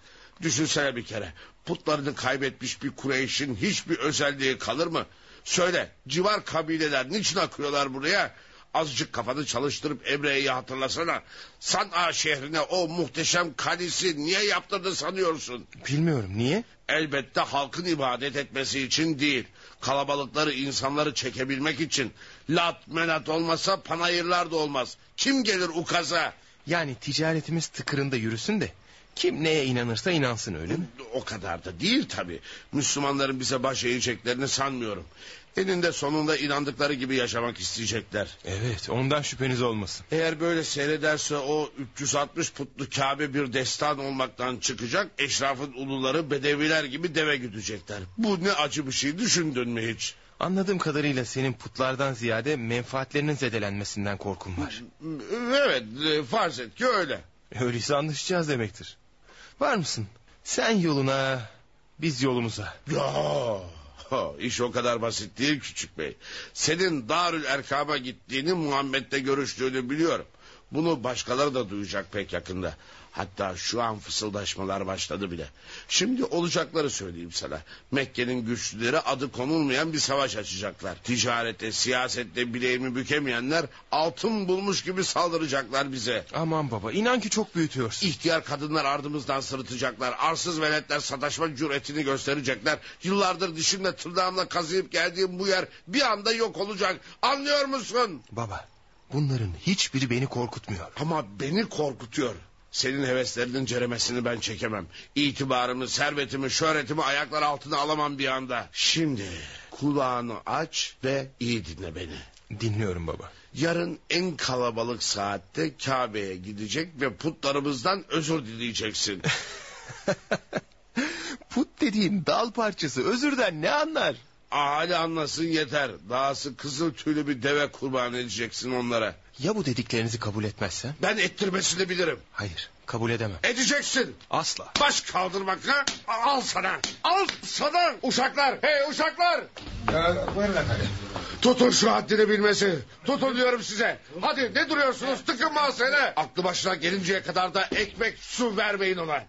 Speaker 4: Düşünsene bir kere. Putlarını kaybetmiş bir Kureyş'in hiçbir özelliği kalır mı? Söyle civar kabileler niçin akıyorlar buraya? Azıcık kafanı çalıştırıp Emre'yi hatırlasana. San'a şehrine o muhteşem kalesi niye yaptırdı sanıyorsun?
Speaker 5: Bilmiyorum, niye?
Speaker 4: Elbette halkın ibadet etmesi için değil. Kalabalıkları insanları çekebilmek için. Lat menat olmasa panayırlar da olmaz. Kim gelir ukaza?
Speaker 5: Yani ticaretimiz tıkırında yürüsün de... ...kim neye inanırsa inansın öyle mi?
Speaker 4: O kadar da değil tabii. Müslümanların bize baş eğeceklerini sanmıyorum. Eninde sonunda inandıkları gibi yaşamak isteyecekler.
Speaker 5: Evet, ondan şüpheniz olmasın.
Speaker 4: Eğer böyle seyrederse o 360 putlu Kabe bir destan olmaktan çıkacak. Eşrafın uluları bedeviler gibi deve güdecekler. Bu ne acı bir şey düşündün mü hiç?
Speaker 5: Anladığım kadarıyla senin putlardan ziyade... ...menfaatlerinin zedelenmesinden korkun var.
Speaker 4: Evet e, farz et ki öyle.
Speaker 5: Öyleyse anlaşacağız demektir. Var mısın? Sen yoluna, biz yolumuza.
Speaker 4: Ya ha, iş o kadar basit değil küçük bey. Senin Darül Erkam'a gittiğini Muhammed'le görüştüğünü biliyorum. Bunu başkaları da duyacak pek yakında. Hatta şu an fısıldaşmalar başladı bile. Şimdi olacakları söyleyeyim sana. Mekke'nin güçlüleri adı konulmayan bir savaş açacaklar. Ticarette, siyasette bileğimi bükemeyenler altın bulmuş gibi saldıracaklar bize.
Speaker 5: Aman baba, inan ki çok büyütüyorsun.
Speaker 4: İhtiyar kadınlar ardımızdan sırıtacaklar. Arsız veletler sataşma cüretini gösterecekler. Yıllardır dişimle tırnağımla kazıyıp geldiğim bu yer bir anda yok olacak. Anlıyor musun?
Speaker 5: Baba, bunların hiçbiri beni korkutmuyor.
Speaker 4: Ama beni korkutuyor. Senin heveslerinin ceremesini ben çekemem. İtibarımı, servetimi, şöhretimi ayaklar altına alamam bir anda. Şimdi kulağını aç ve iyi dinle beni.
Speaker 5: Dinliyorum baba.
Speaker 4: Yarın en kalabalık saatte Kabe'ye gidecek ve putlarımızdan özür dileyeceksin.
Speaker 5: Put dediğin dal parçası özürden ne anlar?
Speaker 4: Ahali anlasın yeter. Dahası kızıl tüylü bir deve kurban edeceksin onlara.
Speaker 5: Ya bu dediklerinizi kabul etmezsem?
Speaker 4: Ben ettirmesini bilirim.
Speaker 5: Hayır, kabul edemem.
Speaker 4: Edeceksin.
Speaker 5: Asla.
Speaker 4: Baş kaldırmak ha? A- Al sana. Al sana. Uşaklar. Hey uşaklar.
Speaker 9: Buyurun efendim.
Speaker 4: Tutun şu haddini bilmesi. Tutun diyorum size. Hadi ne duruyorsunuz? Tıkın masaya. Aklı başına gelinceye kadar da ekmek su vermeyin ona.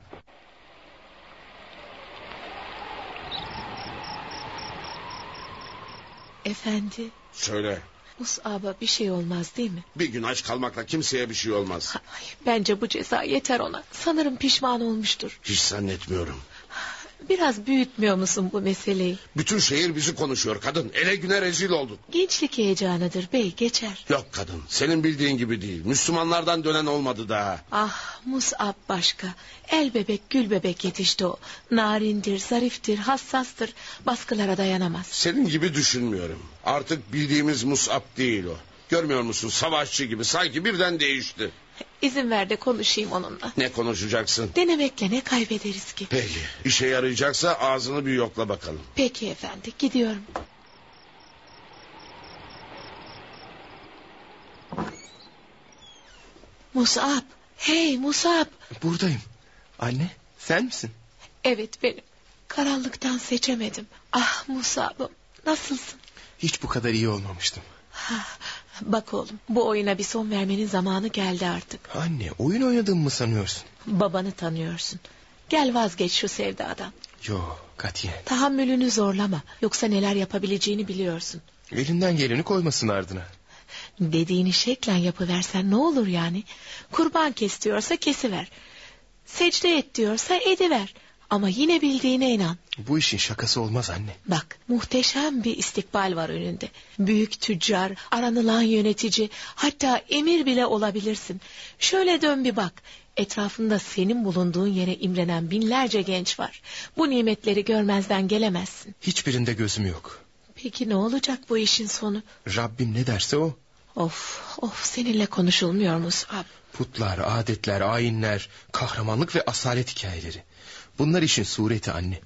Speaker 3: Efendi
Speaker 4: Söyle.
Speaker 3: Musab'a bir şey olmaz değil mi?
Speaker 4: Bir gün aç kalmakla kimseye bir şey olmaz.
Speaker 3: Ay, bence bu ceza yeter ona. Sanırım pişman olmuştur.
Speaker 4: Hiç zannetmiyorum.
Speaker 3: Biraz büyütmüyor musun bu meseleyi?
Speaker 4: Bütün şehir bizi konuşuyor kadın. Ele güne rezil olduk.
Speaker 3: Gençlik heyecanıdır bey geçer.
Speaker 4: Yok kadın senin bildiğin gibi değil. Müslümanlardan dönen olmadı daha.
Speaker 3: Ah Musab başka. El bebek gül bebek yetişti o. Narindir, zariftir, hassastır. Baskılara dayanamaz.
Speaker 4: Senin gibi düşünmüyorum. Artık bildiğimiz Musab değil o. Görmüyor musun savaşçı gibi sanki birden değişti.
Speaker 3: İzin ver de konuşayım onunla.
Speaker 4: Ne konuşacaksın?
Speaker 3: Denemekle ne kaybederiz ki?
Speaker 4: Peki işe yarayacaksa ağzını bir yokla bakalım.
Speaker 3: Peki efendi gidiyorum. Musab. Hey Musab.
Speaker 5: Buradayım. Anne sen misin?
Speaker 3: Evet benim. Karanlıktan seçemedim. Ah Musab'ım nasılsın?
Speaker 5: Hiç bu kadar iyi olmamıştım.
Speaker 3: Ha, bak oğlum bu oyuna bir son vermenin zamanı geldi artık.
Speaker 5: Anne oyun oynadığımı mı sanıyorsun?
Speaker 3: Babanı tanıyorsun. Gel vazgeç şu sevdadan.
Speaker 5: Yo katiyen.
Speaker 3: Tahammülünü zorlama. Yoksa neler yapabileceğini biliyorsun.
Speaker 5: Elinden geleni koymasın ardına.
Speaker 3: Dediğini şeklen yapıversen ne olur yani? Kurban kes diyorsa kesiver. Secde et diyorsa ediver. Ama yine bildiğine inan.
Speaker 5: Bu işin şakası olmaz anne.
Speaker 3: Bak muhteşem bir istikbal var önünde. Büyük tüccar, aranılan yönetici, hatta emir bile olabilirsin. Şöyle dön bir bak. Etrafında senin bulunduğun yere imrenen binlerce genç var. Bu nimetleri görmezden gelemezsin.
Speaker 5: Hiçbirinde gözüm yok.
Speaker 3: Peki ne olacak bu işin sonu?
Speaker 5: Rabbim ne derse o.
Speaker 3: Of of seninle konuşulmuyor Musab.
Speaker 5: Putlar, adetler, ayinler, kahramanlık ve asalet hikayeleri. Bunlar işin sureti anne.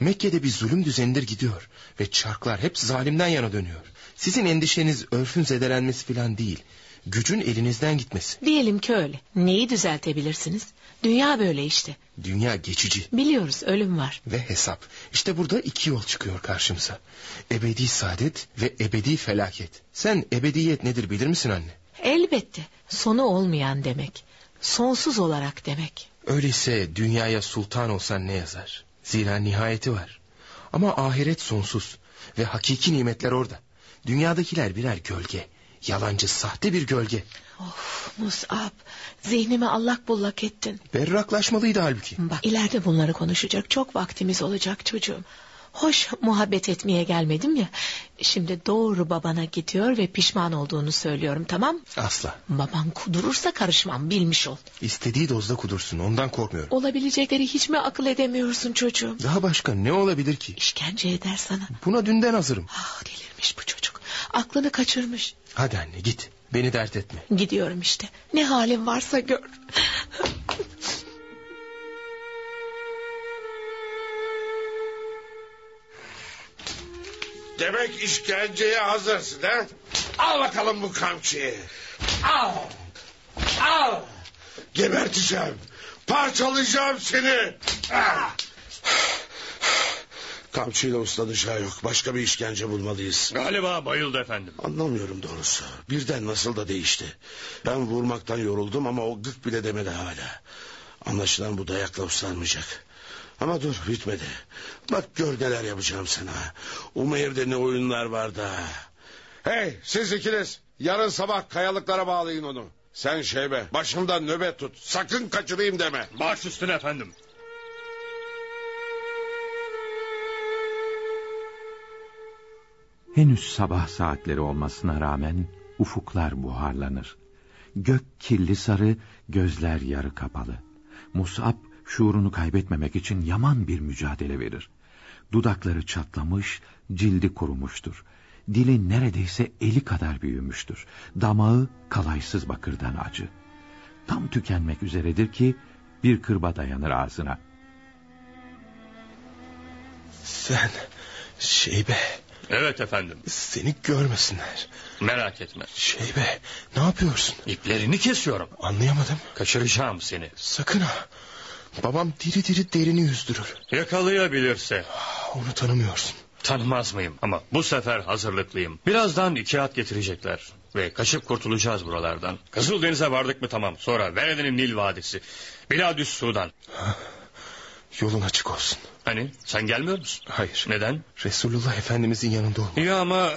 Speaker 5: Mekke'de bir zulüm düzenidir gidiyor ve çarklar hep zalimden yana dönüyor. Sizin endişeniz örfün zedelenmesi falan değil. Gücün elinizden gitmesi.
Speaker 3: Diyelim ki öyle. Neyi düzeltebilirsiniz? Dünya böyle işte.
Speaker 5: Dünya geçici
Speaker 3: Biliyoruz ölüm var.
Speaker 5: ve hesap. İşte burada iki yol çıkıyor karşımıza. Ebedi saadet ve ebedi felaket. Sen ebediyet nedir bilir misin anne?
Speaker 3: Elbette sonu olmayan demek. Sonsuz olarak demek.
Speaker 5: Öyleyse dünyaya sultan olsan ne yazar? Zira nihayeti var. Ama ahiret sonsuz ve hakiki nimetler orada. Dünyadakiler birer gölge. Yalancı, sahte bir gölge.
Speaker 3: Of Musab zihnimi allak bullak ettin.
Speaker 5: Berraklaşmalıydı halbuki.
Speaker 3: Bak ileride bunları konuşacak çok vaktimiz olacak çocuğum. Hoş muhabbet etmeye gelmedim ya. Şimdi doğru babana gidiyor ve pişman olduğunu söylüyorum tamam mı?
Speaker 5: Asla.
Speaker 3: Baban kudurursa karışmam bilmiş ol.
Speaker 5: İstediği dozda kudursun. Ondan korkmuyorum.
Speaker 3: Olabilecekleri hiç mi akıl edemiyorsun çocuğum?
Speaker 5: Daha başka ne olabilir ki?
Speaker 3: İşkence eder sana.
Speaker 5: Buna dünden hazırım.
Speaker 3: Ah delirmiş bu çocuk. Aklını kaçırmış.
Speaker 5: Hadi anne git. Beni dert etme.
Speaker 3: Gidiyorum işte. Ne halim varsa gör.
Speaker 4: Demek işkenceye hazırsın ha? Al bakalım bu kamçıyı. Al. Al. Geberteceğim. Parçalayacağım seni. Ah! Kamçıyla ustalayacağı yok. Başka bir işkence bulmalıyız.
Speaker 8: Galiba bayıldı efendim.
Speaker 4: Anlamıyorum doğrusu. Birden nasıl da değişti. Ben vurmaktan yoruldum ama o gık bile demedi hala. Anlaşılan bu dayakla uslanmayacak. Ama dur bitmedi. Bak gör neler yapacağım sana. Umayr'de ne oyunlar var da. Hey siz ikiniz yarın sabah kayalıklara bağlayın onu. Sen şeybe başımda nöbet tut. Sakın kaçırayım deme.
Speaker 8: Baş üstüne efendim.
Speaker 2: Henüz sabah saatleri olmasına rağmen ufuklar buharlanır. Gök kirli sarı, gözler yarı kapalı. Musab şuurunu kaybetmemek için yaman bir mücadele verir. Dudakları çatlamış, cildi kurumuştur. Dili neredeyse eli kadar büyümüştür. Damağı kalaysız bakırdan acı. Tam tükenmek üzeredir ki bir kırba dayanır ağzına.
Speaker 5: Sen şeybe
Speaker 8: Evet efendim.
Speaker 5: seni görmesinler.
Speaker 8: Merak etme.
Speaker 5: Şeybe ne yapıyorsun?
Speaker 8: İplerini kesiyorum.
Speaker 5: Anlayamadım.
Speaker 8: Kaçıracağım seni.
Speaker 5: Sakın ha. Babam diri diri derini yüzdürür.
Speaker 8: Yakalayabilirse.
Speaker 5: Onu tanımıyorsun.
Speaker 8: Tanımaz mıyım ama bu sefer hazırlıklıyım. Birazdan iki at getirecekler ve kaçıp kurtulacağız buralardan. Kızıldeniz'e vardık mı tamam sonra Venede'nin Nil Vadisi. Biladüs Sudan.
Speaker 5: Yolun açık olsun.
Speaker 8: Hani sen gelmiyor musun?
Speaker 5: Hayır.
Speaker 8: Neden?
Speaker 5: Resulullah Efendimizin yanında olma.
Speaker 8: Ya ama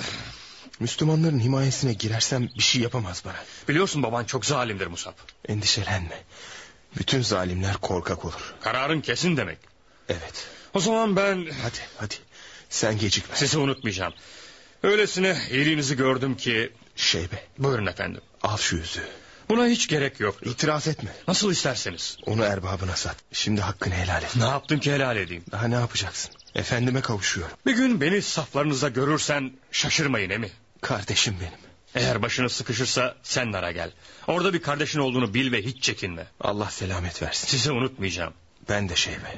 Speaker 5: Müslümanların himayesine girersem bir şey yapamaz bana.
Speaker 8: biliyorsun baban çok zalimdir Musab.
Speaker 5: Endişelenme. Bütün zalimler korkak olur.
Speaker 8: Kararın kesin demek.
Speaker 5: Evet.
Speaker 8: O zaman ben
Speaker 5: Hadi hadi. Sen gecikme.
Speaker 8: sizi unutmayacağım. Öylesine iyiliğinizi gördüm ki...
Speaker 5: Şeybe.
Speaker 8: Buyurun efendim.
Speaker 5: Al şu yüzüğü.
Speaker 8: Buna hiç gerek yoktu.
Speaker 5: İtiraz etme.
Speaker 8: Nasıl isterseniz.
Speaker 5: Onu erbabına sat. Şimdi hakkını helal et.
Speaker 8: Ne yaptım ki helal edeyim.
Speaker 5: Daha ne yapacaksın? Efendime kavuşuyorum.
Speaker 8: Bir gün beni saflarınızda görürsen şaşırmayın emi.
Speaker 5: Kardeşim benim.
Speaker 8: Eğer başını sıkışırsa sen nara gel. Orada bir kardeşin olduğunu bil ve hiç çekinme.
Speaker 5: Allah selamet versin.
Speaker 8: Sizi unutmayacağım.
Speaker 5: Ben de Şeybe.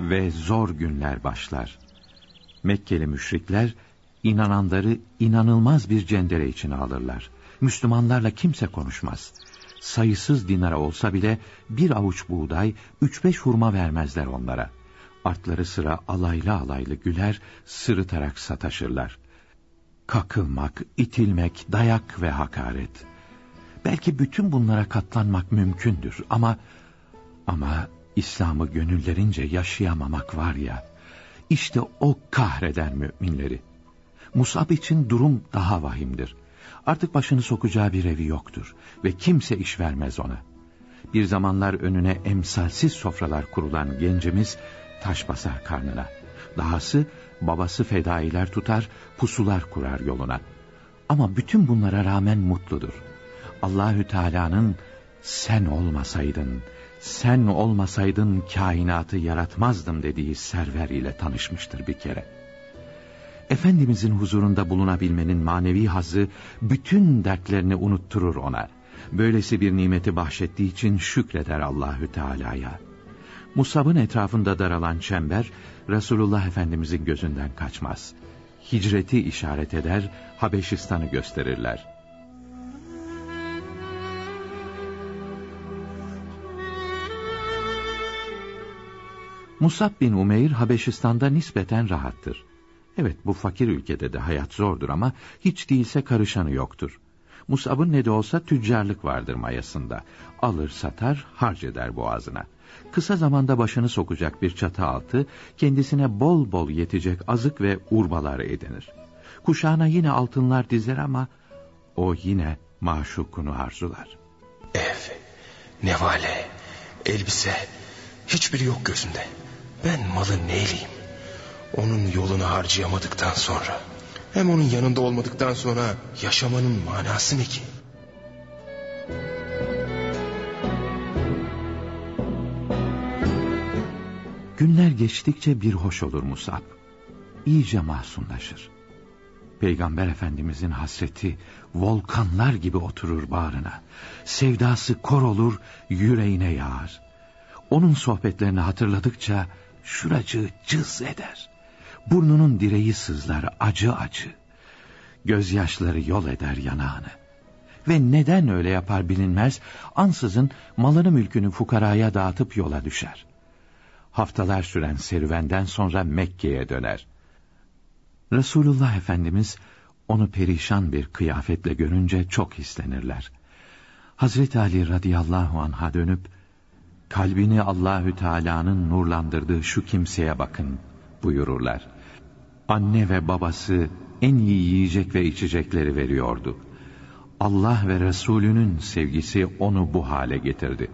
Speaker 2: ve zor günler başlar. Mekkeli müşrikler inananları inanılmaz bir cendere içine alırlar. Müslümanlarla kimse konuşmaz. Sayısız dinara olsa bile bir avuç buğday, üç beş hurma vermezler onlara. Artları sıra alaylı alaylı güler, sırıtarak sataşırlar. Kakılmak, itilmek, dayak ve hakaret. Belki bütün bunlara katlanmak mümkündür ama ama İslam'ı gönüllerince yaşayamamak var ya, işte o kahreden müminleri. Musab için durum daha vahimdir. Artık başını sokacağı bir evi yoktur ve kimse iş vermez ona. Bir zamanlar önüne emsalsiz sofralar kurulan gencimiz taş basar karnına. Dahası babası fedailer tutar, pusular kurar yoluna. Ama bütün bunlara rağmen mutludur. Allahü Teala'nın sen olmasaydın, sen olmasaydın kainatı yaratmazdım dediği server ile tanışmıştır bir kere. Efendimizin huzurunda bulunabilmenin manevi hazzı bütün dertlerini unutturur ona. Böylesi bir nimeti bahşettiği için şükreder Allahü Teala'ya. Musab'ın etrafında daralan çember Resulullah Efendimizin gözünden kaçmaz. Hicreti işaret eder, Habeşistan'ı gösterirler. Musab bin Umeyr Habeşistan'da nispeten rahattır. Evet bu fakir ülkede de hayat zordur ama hiç değilse karışanı yoktur. Musab'ın ne de olsa tüccarlık vardır mayasında. Alır satar harc eder boğazına. Kısa zamanda başını sokacak bir çatı altı kendisine bol bol yetecek azık ve urbalar edinir. Kuşağına yine altınlar dizer ama o yine maşukunu arzular.
Speaker 5: Ev, nevale, elbise. Hiçbiri yok gözümde. Ben malın neyleyim? Onun yolunu harcayamadıktan sonra... ...hem onun yanında olmadıktan sonra... ...yaşamanın manası ne ki?
Speaker 2: Günler geçtikçe bir hoş olur Musab. İyice mahsunlaşır. Peygamber Efendimizin hasreti volkanlar gibi oturur bağrına. Sevdası kor olur, yüreğine yağar. Onun sohbetlerini hatırladıkça şuracığı cız eder. Burnunun direği sızlar acı acı. Gözyaşları yol eder yanağını. Ve neden öyle yapar bilinmez, ansızın malını mülkünü fukaraya dağıtıp yola düşer haftalar süren serüvenden sonra Mekke'ye döner. Resulullah Efendimiz onu perişan bir kıyafetle görünce çok hislenirler. Hazreti Ali radıyallahu anha dönüp kalbini Allahü Teala'nın nurlandırdığı şu kimseye bakın buyururlar. Anne ve babası en iyi yiyecek ve içecekleri veriyordu. Allah ve Resulünün sevgisi onu bu hale getirdi.''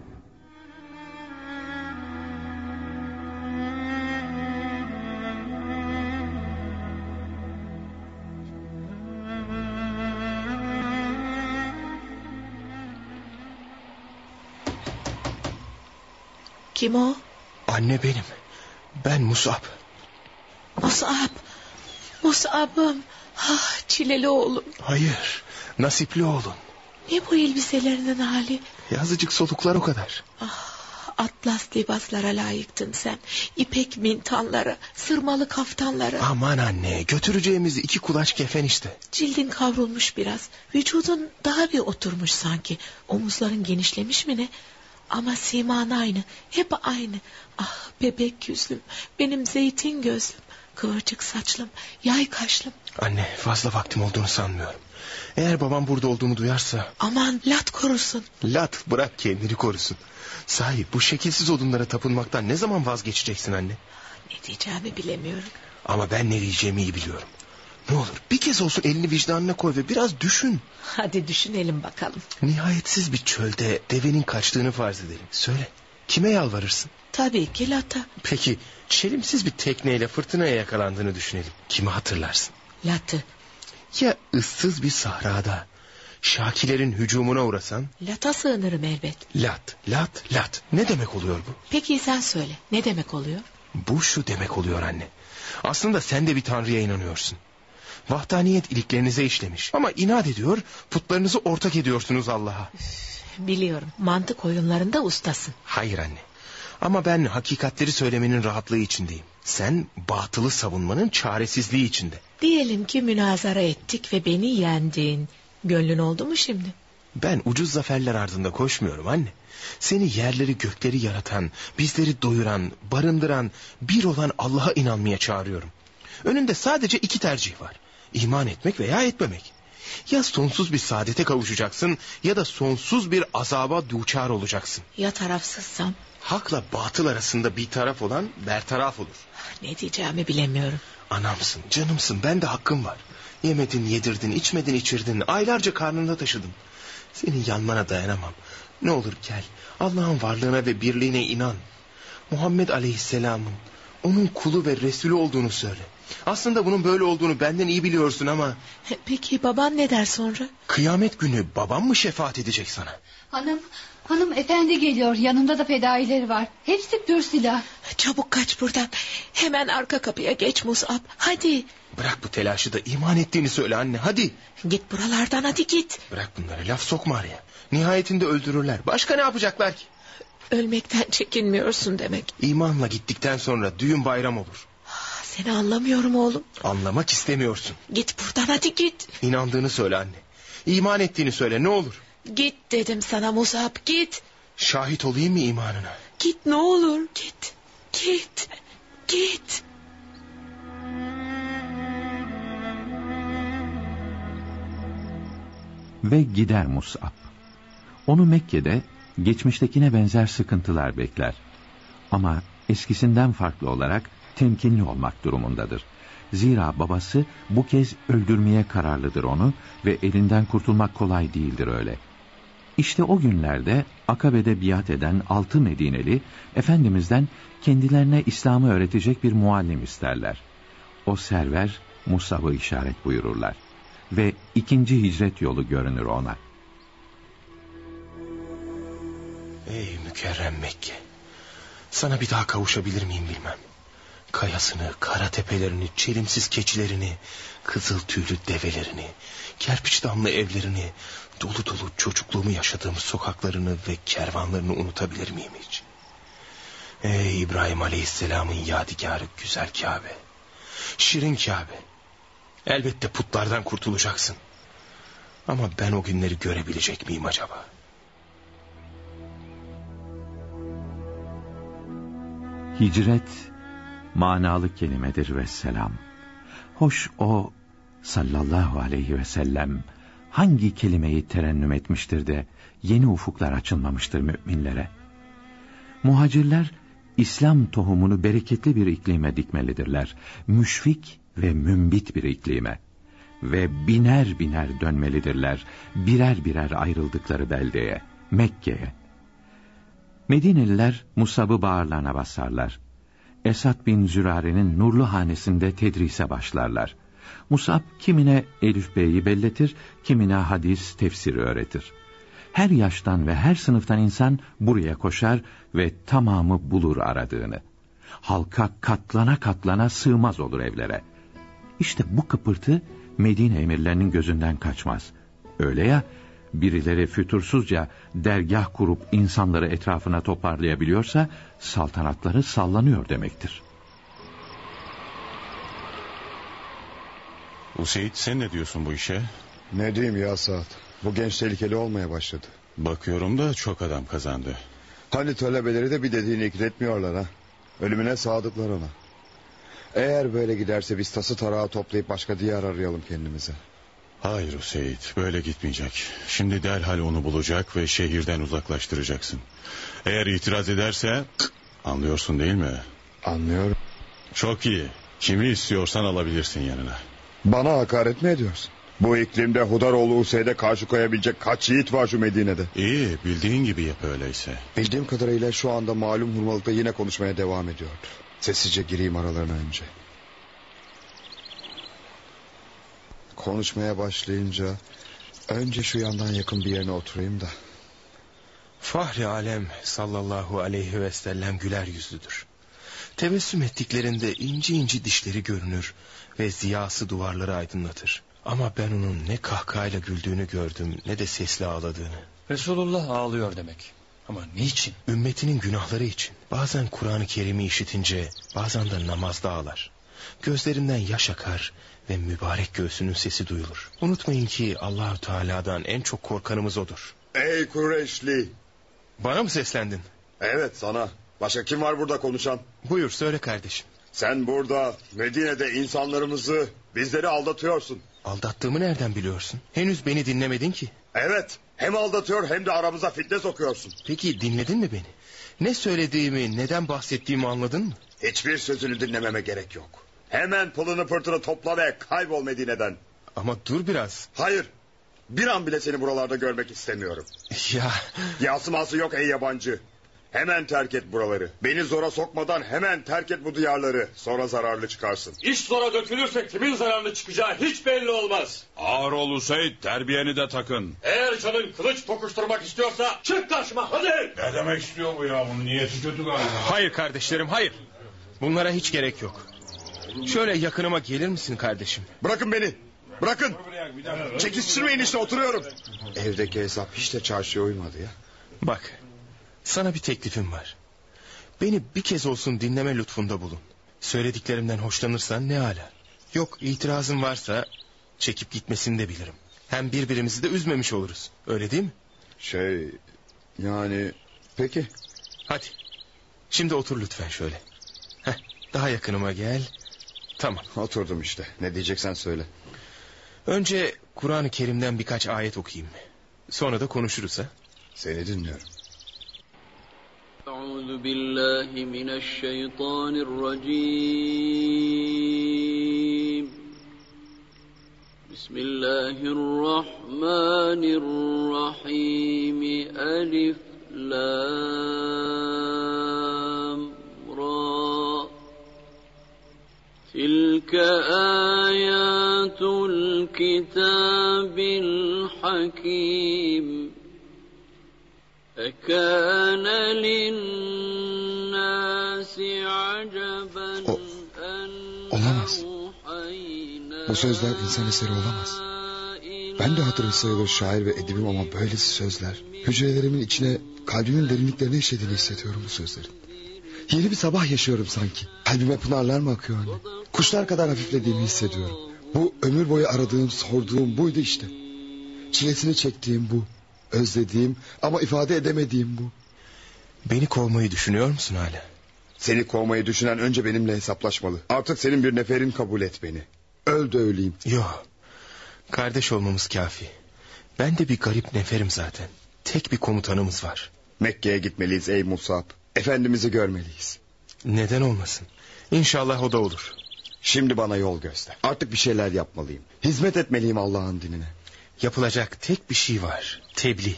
Speaker 3: Kim o?
Speaker 5: Anne benim. Ben Musab.
Speaker 3: Musab. Musab'ım. Ah çileli oğlum.
Speaker 5: Hayır. Nasipli oğlun.
Speaker 3: Ne bu elbiselerinin hali? Ah,
Speaker 5: Yazıcık soluklar o kadar.
Speaker 3: Atlas libaslara layıktın sen. İpek mintanlara, sırmalı kaftanlara.
Speaker 5: Aman anne götüreceğimiz iki kulaç kefen işte.
Speaker 3: Cildin kavrulmuş biraz. Vücudun daha bir oturmuş sanki. Omuzların genişlemiş mi ne? Ama siman aynı. Hep aynı. Ah bebek yüzlüm. Benim zeytin gözlüm. Kıvırcık saçlım. Yay kaşlım.
Speaker 5: Anne fazla vaktim olduğunu sanmıyorum. Eğer babam burada olduğumu duyarsa...
Speaker 3: Aman lat korusun.
Speaker 5: Lat bırak kendini korusun. Sahi bu şekilsiz odunlara tapınmaktan ne zaman vazgeçeceksin anne?
Speaker 3: Ne diyeceğimi bilemiyorum.
Speaker 5: Ama ben ne diyeceğimi iyi biliyorum. Ne olur bir kez olsun elini vicdanına koy ve biraz düşün.
Speaker 3: Hadi düşünelim bakalım.
Speaker 5: Nihayetsiz bir çölde devenin kaçtığını farz edelim. Söyle kime yalvarırsın?
Speaker 3: Tabii ki Lata.
Speaker 5: Peki çelimsiz bir tekneyle fırtınaya yakalandığını düşünelim. Kimi hatırlarsın?
Speaker 3: Latı.
Speaker 5: Ya ıssız bir sahrada şakilerin hücumuna uğrasan?
Speaker 3: Lata sığınırım elbet.
Speaker 5: Lat, lat, lat. Ne demek oluyor bu?
Speaker 3: Peki sen söyle. Ne demek oluyor?
Speaker 5: Bu şu demek oluyor anne. Aslında sen de bir tanrıya inanıyorsun. Vahdaniyet iliklerinize işlemiş. Ama inat ediyor, putlarınızı ortak ediyorsunuz Allah'a.
Speaker 3: Biliyorum. Mantık oyunlarında ustasın.
Speaker 5: Hayır anne. Ama ben hakikatleri söylemenin rahatlığı içindeyim. Sen batılı savunmanın çaresizliği içinde.
Speaker 3: Diyelim ki münazara ettik ve beni yendin. Gönlün oldu mu şimdi?
Speaker 5: Ben ucuz zaferler ardında koşmuyorum anne. Seni yerleri gökleri yaratan, bizleri doyuran, barındıran, bir olan Allah'a inanmaya çağırıyorum. Önünde sadece iki tercih var. İman etmek veya etmemek. Ya sonsuz bir saadete kavuşacaksın ya da sonsuz bir azaba duçar olacaksın.
Speaker 3: Ya tarafsızsam?
Speaker 5: Hakla batıl arasında bir taraf olan bertaraf olur.
Speaker 3: Ne diyeceğimi bilemiyorum.
Speaker 5: Anamsın, canımsın, ben de hakkım var. Yemedin, yedirdin, içmedin, içirdin, aylarca karnında taşıdım. Senin yanmana dayanamam. Ne olur gel, Allah'ın varlığına ve birliğine inan. Muhammed Aleyhisselam'ın, onun kulu ve Resulü olduğunu söyle. Aslında bunun böyle olduğunu benden iyi biliyorsun ama...
Speaker 3: Peki baban ne der sonra?
Speaker 5: Kıyamet günü babam mı şefaat edecek sana?
Speaker 7: Hanım, hanım efendi geliyor. Yanımda da fedaileri var. Hepsi pür silah.
Speaker 3: Çabuk kaç buradan. Hemen arka kapıya geç Musab. Hadi
Speaker 5: Bırak bu telaşı da iman ettiğini söyle anne, hadi.
Speaker 3: git buralardan hadi git.
Speaker 5: Bırak bunları, laf sokma araya. Nihayetinde öldürürler. Başka ne yapacaklar ki?
Speaker 3: Ölmekten çekinmiyorsun demek.
Speaker 5: İmanla gittikten sonra düğün bayram olur.
Speaker 3: Seni anlamıyorum oğlum.
Speaker 5: Anlamak istemiyorsun.
Speaker 3: Git buradan hadi git.
Speaker 5: İnandığını söyle anne. İman ettiğini söyle ne olur.
Speaker 3: Git dedim sana Musab git.
Speaker 5: Şahit olayım mı imanına?
Speaker 3: Git ne olur git. Git. Git.
Speaker 2: ve gider Mus'ab. Onu Mekke'de geçmiştekine benzer sıkıntılar bekler. Ama eskisinden farklı olarak temkinli olmak durumundadır. Zira babası bu kez öldürmeye kararlıdır onu ve elinden kurtulmak kolay değildir öyle. İşte o günlerde Akabe'de biat eden altı Medineli, Efendimiz'den kendilerine İslam'ı öğretecek bir muallim isterler. O server Musab'ı işaret buyururlar ve ikinci hicret yolu görünür ona.
Speaker 5: Ey mükerrem Mekke. Sana bir daha kavuşabilir miyim bilmem. Kayasını, kara tepelerini, çelimsiz keçilerini, kızıl tüylü develerini, kerpiç damlı evlerini, dolu dolu çocukluğumu yaşadığım sokaklarını ve kervanlarını unutabilir miyim hiç? Ey İbrahim Aleyhisselam'ın yadigarı güzel Kabe, şirin Kabe. Elbette putlardan kurtulacaksın. Ama ben o günleri görebilecek miyim acaba?
Speaker 2: Hicret manalı kelimedir ve selam. Hoş o sallallahu aleyhi ve sellem hangi kelimeyi terennüm etmiştir de yeni ufuklar açılmamıştır müminlere. Muhacirler İslam tohumunu bereketli bir iklime dikmelidirler. Müşfik ve mümbit bir iklime ve biner biner dönmelidirler birer birer ayrıldıkları beldeye, Mekke'ye. Medineliler Musab'ı bağırlarına basarlar. Esad bin Zürare'nin nurlu hanesinde tedrise başlarlar. Musab kimine Elif Bey'i belletir, kimine hadis tefsiri öğretir. Her yaştan ve her sınıftan insan buraya koşar ve tamamı bulur aradığını. Halka katlana katlana sığmaz olur evlere. İşte bu kıpırtı Medine emirlerinin gözünden kaçmaz. Öyle ya, birileri fütursuzca dergah kurup insanları etrafına toparlayabiliyorsa saltanatları sallanıyor demektir.
Speaker 11: Useyd sen ne diyorsun bu işe?
Speaker 1: Ne diyeyim ya Saad? Bu genç tehlikeli olmaya başladı.
Speaker 11: Bakıyorum da çok adam kazandı.
Speaker 1: Hani talebeleri de bir dediğini ikretmiyorlar ha. Ölümüne sadıklar ona. Eğer böyle giderse biz tası tarağı toplayıp başka diyar arayalım kendimize.
Speaker 11: Hayır Useyd böyle gitmeyecek. Şimdi derhal onu bulacak ve şehirden uzaklaştıracaksın. Eğer itiraz ederse anlıyorsun değil mi?
Speaker 1: Anlıyorum.
Speaker 11: Çok iyi. Kimi istiyorsan alabilirsin yanına.
Speaker 1: Bana hakaret mi ediyorsun? Bu iklimde Hudaroğlu Hüseyin'e karşı koyabilecek kaç yiğit var şu Medine'de?
Speaker 11: İyi bildiğin gibi yap öyleyse.
Speaker 1: Bildiğim kadarıyla şu anda malum hurmalıkta yine konuşmaya devam ediyor. Sessizce gireyim aralarına önce. Konuşmaya başlayınca... ...önce şu yandan yakın bir yerine oturayım da...
Speaker 5: Fahri alem sallallahu aleyhi ve sellem güler yüzlüdür. Tebessüm ettiklerinde ince ince dişleri görünür ve ziyası duvarları aydınlatır. Ama ben onun ne kahkahayla güldüğünü gördüm ne de sesli ağladığını.
Speaker 8: Resulullah ağlıyor demek. Ama niçin?
Speaker 5: Ümmetinin günahları için. Bazen Kur'an-ı Kerim'i işitince, bazen de namazda ağlar. Gözlerinden yaş akar ve mübarek göğsünün sesi duyulur. Unutmayın ki Allahü Teala'dan en çok korkanımız odur.
Speaker 1: Ey Kureyşli!
Speaker 5: Bana mı seslendin?
Speaker 1: Evet sana. Başka kim var burada konuşan?
Speaker 5: Buyur söyle kardeşim.
Speaker 1: Sen burada Medine'de insanlarımızı, bizleri aldatıyorsun.
Speaker 5: Aldattığımı nereden biliyorsun? Henüz beni dinlemedin ki.
Speaker 1: Evet, hem aldatıyor hem de aramıza fitne sokuyorsun.
Speaker 5: Peki dinledin mi beni? Ne söylediğimi, neden bahsettiğimi anladın mı?
Speaker 1: Hiçbir sözünü dinlememe gerek yok. Hemen pılını pırtını topla ve kaybol Medine'den.
Speaker 5: Ama dur biraz.
Speaker 1: Hayır, bir an bile seni buralarda görmek istemiyorum.
Speaker 5: Ya
Speaker 1: Yasıması yok ey yabancı. Hemen terk et buraları. Beni zora sokmadan hemen terk et bu diyarları. Sonra zararlı çıkarsın.
Speaker 8: İş zora dökülürse kimin zararlı çıkacağı hiç belli olmaz.
Speaker 10: Ağır ol Hüseyin terbiyeni de takın.
Speaker 8: Eğer canın kılıç tokuşturmak istiyorsa çık karşıma hadi.
Speaker 11: Ne demek istiyor bu ya bunun niyeti kötü galiba.
Speaker 5: hayır kardeşlerim hayır. Bunlara hiç gerek yok. Şöyle yakınıma gelir misin kardeşim?
Speaker 1: Bırakın beni. Bırakın. Çekiştirmeyin işte oturuyorum. Evdeki hesap hiç de çarşıya uymadı ya.
Speaker 5: Bak sana bir teklifim var. Beni bir kez olsun dinleme lütfunda bulun. Söylediklerimden hoşlanırsan ne ala. Yok itirazın varsa çekip gitmesini de bilirim. Hem birbirimizi de üzmemiş oluruz. Öyle değil mi?
Speaker 1: Şey yani peki
Speaker 5: Hadi. Şimdi otur lütfen şöyle. Heh, daha yakınıma gel. Tamam.
Speaker 1: oturdum işte. Ne diyeceksen söyle.
Speaker 5: Önce Kur'an-ı Kerim'den birkaç ayet okuyayım. Sonra da konuşuruz ha.
Speaker 1: Seni dinliyorum.
Speaker 12: أعوذ بالله من الشيطان الرجيم بسم الله الرحمن الرحيم ألف لام را تلك آيات الكتاب الحكيم أكان للناس عجبا
Speaker 1: O-
Speaker 12: أن
Speaker 1: olamaz.
Speaker 12: أوحينا
Speaker 1: Bu sözler insan eseri olamaz. Ben de hatırı sayılır şair ve edibim ama böylesi sözler. Hücrelerimin içine kalbimin derinliklerine işlediğini hissediyorum bu sözlerin. Yeni bir sabah yaşıyorum sanki. Kalbime pınarlar mı akıyor anne? Kuşlar kadar hafiflediğimi hissediyorum. Bu ömür boyu aradığım, sorduğum buydu işte. Çilesini çektiğim bu. Özlediğim ama ifade edemediğim bu.
Speaker 5: Beni kovmayı düşünüyor musun hala?
Speaker 1: Seni kovmayı düşünen önce benimle hesaplaşmalı. Artık senin bir neferin kabul et beni. Öl de öleyim.
Speaker 5: Yok. Kardeş olmamız kafi. Ben de bir garip neferim zaten. Tek bir komutanımız var.
Speaker 1: Mekke'ye gitmeliyiz ey Musab. Efendimiz'i görmeliyiz.
Speaker 5: Neden olmasın? İnşallah o da olur.
Speaker 1: Şimdi bana yol göster. Artık bir şeyler yapmalıyım. Hizmet etmeliyim Allah'ın dinine.
Speaker 5: Yapılacak tek bir şey var. Tebliğ.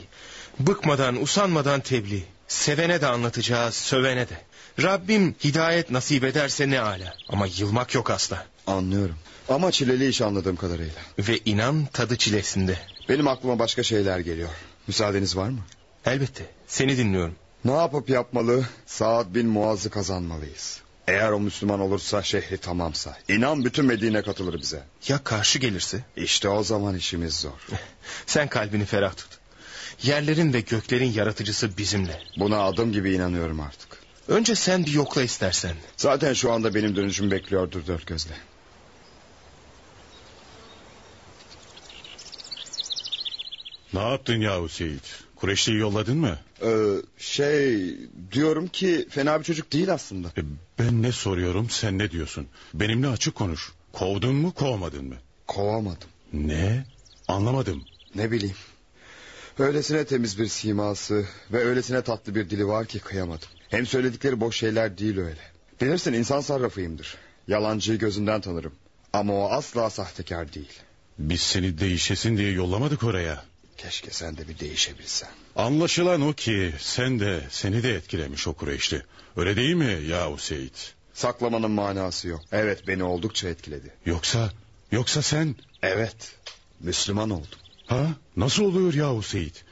Speaker 5: Bıkmadan, usanmadan tebliğ. Sevene de anlatacağız, sövene de. Rabbim hidayet nasip ederse ne ala. Ama yılmak yok asla.
Speaker 1: Anlıyorum. Ama çileli iş anladığım kadarıyla.
Speaker 5: Ve inan tadı çilesinde.
Speaker 1: Benim aklıma başka şeyler geliyor. Müsaadeniz var mı?
Speaker 5: Elbette. Seni dinliyorum.
Speaker 1: Ne yapıp yapmalı? Saad bin Muaz'ı kazanmalıyız. Eğer o Müslüman olursa şehri tamamsa. İnan bütün Medine katılır bize.
Speaker 5: Ya karşı gelirse?
Speaker 1: İşte o zaman işimiz zor.
Speaker 5: Sen kalbini ferah tut. Yerlerin ve göklerin yaratıcısı bizimle.
Speaker 1: Buna adım gibi inanıyorum artık.
Speaker 5: Önce sen bir yokla istersen.
Speaker 1: Zaten şu anda benim dönüşümü bekliyordur dört gözle.
Speaker 11: Ne yaptın ya Hüseyin? Kureşli'yi yolladın mı?
Speaker 1: Ee, şey diyorum ki fena bir çocuk değil aslında.
Speaker 11: E, Ben ne soruyorum sen ne diyorsun? Benimle açık konuş. Kovdun mu kovmadın mı?
Speaker 1: Kovamadım.
Speaker 11: Ne? Anlamadım.
Speaker 1: Ne bileyim. Öylesine temiz bir siması ve öylesine tatlı bir dili var ki kıyamadım. Hem söyledikleri boş şeyler değil öyle. Bilirsin insan sarrafıyımdır. Yalancıyı gözünden tanırım. Ama o asla sahtekar değil.
Speaker 11: Biz seni değişesin diye yollamadık oraya.
Speaker 1: Keşke sen de bir değişebilsen.
Speaker 11: Anlaşılan o ki sen de seni de etkilemiş o Kureyşli. Öyle değil mi ya Seyit?
Speaker 1: Saklamanın manası yok. Evet beni oldukça etkiledi.
Speaker 11: Yoksa, yoksa sen...
Speaker 1: Evet, Müslüman oldum.
Speaker 11: Ha? Nasıl oluyor ya Seyit?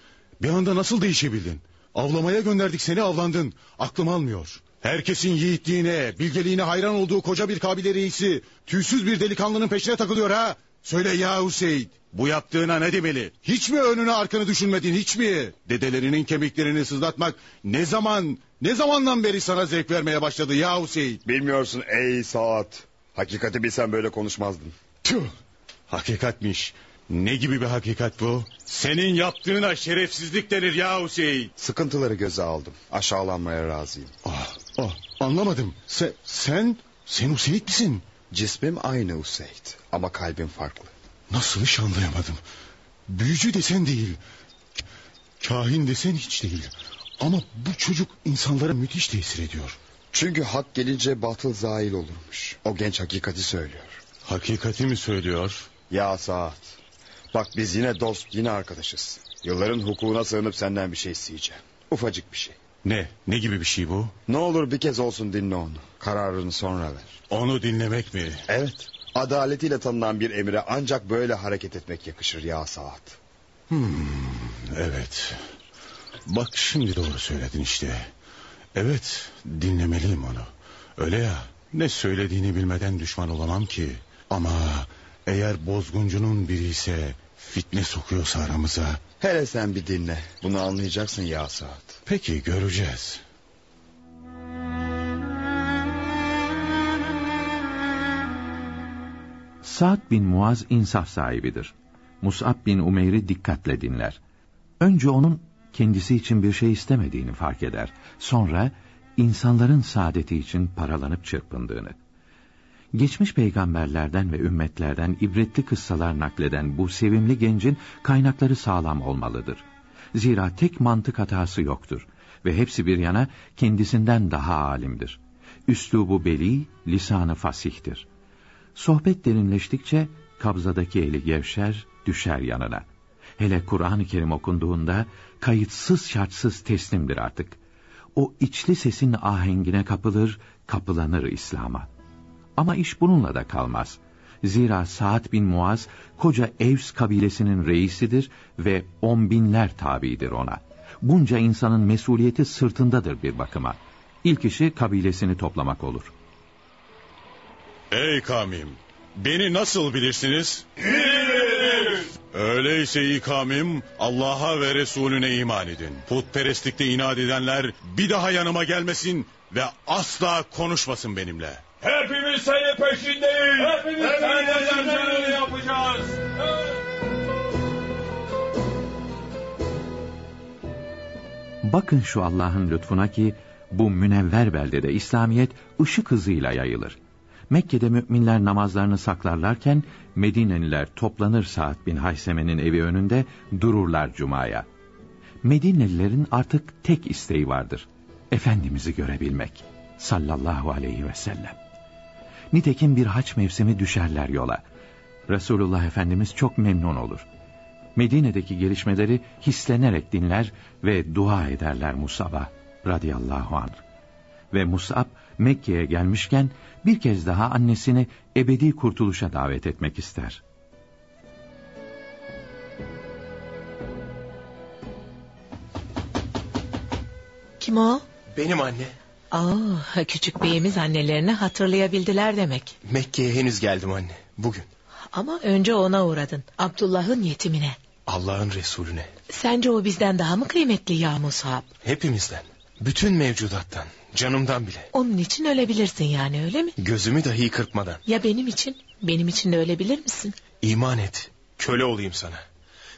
Speaker 11: Bir anda nasıl değişebildin? Avlamaya gönderdik seni avlandın. Aklım almıyor. Herkesin yiğitliğine, bilgeliğine hayran olduğu koca bir kabile reisi... ...tüysüz bir delikanlının peşine takılıyor ha? Söyle ya Hüseyin. Bu yaptığına ne demeli? Hiç mi önünü arkanı düşünmedin hiç mi? Dedelerinin kemiklerini sızlatmak ne zaman, ne zamandan beri sana zevk vermeye başladı ya Hüseyin?
Speaker 1: Bilmiyorsun ey Saat. Hakikati bilsen böyle konuşmazdın.
Speaker 11: Tüh, hakikatmiş. Ne gibi bir hakikat bu? Senin yaptığına şerefsizlik denir ya Hüseyin.
Speaker 1: Sıkıntıları göze aldım. Aşağılanmaya razıyım.
Speaker 11: Ah, ah, anlamadım. Se- sen, sen Hüseyin misin?
Speaker 1: Cismim aynı Useyd ama kalbim farklı.
Speaker 11: Nasıl hiç anlayamadım. Büyücü desen değil. Kahin desen hiç değil. Ama bu çocuk insanlara müthiş tesir ediyor.
Speaker 1: Çünkü hak gelince batıl zail olurmuş. O genç hakikati söylüyor.
Speaker 11: Hakikati mi söylüyor?
Speaker 1: Ya Saat. Bak biz yine dost yine arkadaşız. Yılların hukukuna sığınıp senden bir şey isteyeceğim. Ufacık bir şey.
Speaker 11: Ne? Ne gibi bir şey bu?
Speaker 1: Ne olur bir kez olsun dinle onu. Kararını sonra ver.
Speaker 11: Onu dinlemek mi?
Speaker 1: Evet. Adaletiyle tanınan bir emire ancak böyle hareket etmek yakışır ya Saat.
Speaker 11: Hmm, evet. Bak şimdi doğru söyledin işte. Evet, dinlemeliyim onu. Öyle ya, ne söylediğini bilmeden düşman olamam ki. Ama eğer bozguncunun biri ise fitne sokuyorsa aramıza...
Speaker 1: Hele sen bir dinle. Bunu anlayacaksın ya Saat.
Speaker 11: Peki göreceğiz.
Speaker 2: Sa'd bin Muaz insaf sahibidir. Mus'ab bin Umeyr'i dikkatle dinler. Önce onun kendisi için bir şey istemediğini fark eder. Sonra insanların saadeti için paralanıp çırpındığını. Geçmiş peygamberlerden ve ümmetlerden ibretli kıssalar nakleden bu sevimli gencin kaynakları sağlam olmalıdır. Zira tek mantık hatası yoktur ve hepsi bir yana kendisinden daha alimdir. Üslubu beli, lisanı fasihtir.'' Sohbet derinleştikçe kabzadaki eli gevşer, düşer yanına. Hele Kur'an-ı Kerim okunduğunda kayıtsız şartsız teslimdir artık. O içli sesin ahengine kapılır, kapılanır İslam'a. Ama iş bununla da kalmaz. Zira Sa'd bin Muaz koca Evs kabilesinin reisidir ve on binler tabidir ona. Bunca insanın mesuliyeti sırtındadır bir bakıma. İlk işi kabilesini toplamak olur.''
Speaker 11: Ey kavmim, beni nasıl bilirsiniz? Öyleyse iyi kavmim, Allah'a ve Resulüne iman edin. Putperestlikte inat edenler bir daha yanıma gelmesin ve asla konuşmasın benimle.
Speaker 13: Hepimiz senin peşindeyiz. Hepimiz, Hepimiz senin peşindeyiz. yapacağız.
Speaker 2: Bakın şu Allah'ın lütfuna ki bu münevver beldede İslamiyet ışık hızıyla yayılır. Mekke'de müminler namazlarını saklarlarken Medineliler toplanır Saad bin Hayseme'nin evi önünde dururlar cumaya. Medinelilerin artık tek isteği vardır. Efendimiz'i görebilmek sallallahu aleyhi ve sellem. Nitekim bir haç mevsimi düşerler yola. Resulullah Efendimiz çok memnun olur. Medine'deki gelişmeleri hislenerek dinler ve dua ederler Musab'a radıyallahu anh ve Mus'ab Mekke'ye gelmişken bir kez daha annesini ebedi kurtuluşa davet etmek ister.
Speaker 3: Kim o?
Speaker 5: Benim anne.
Speaker 3: Aa, Ah, küçük beyimiz annelerini hatırlayabildiler demek.
Speaker 5: Mekke'ye henüz geldim anne. Bugün.
Speaker 3: Ama önce ona uğradın. Abdullah'ın yetimine.
Speaker 5: Allah'ın Resulüne.
Speaker 3: Sence o bizden daha mı kıymetli ya Musab?
Speaker 5: Hepimizden. Bütün mevcudattan. Canımdan bile.
Speaker 3: Onun için ölebilirsin yani öyle mi?
Speaker 5: Gözümü dahi kırpmadan.
Speaker 3: Ya benim için? Benim için de ölebilir misin?
Speaker 5: İman et. Köle olayım sana.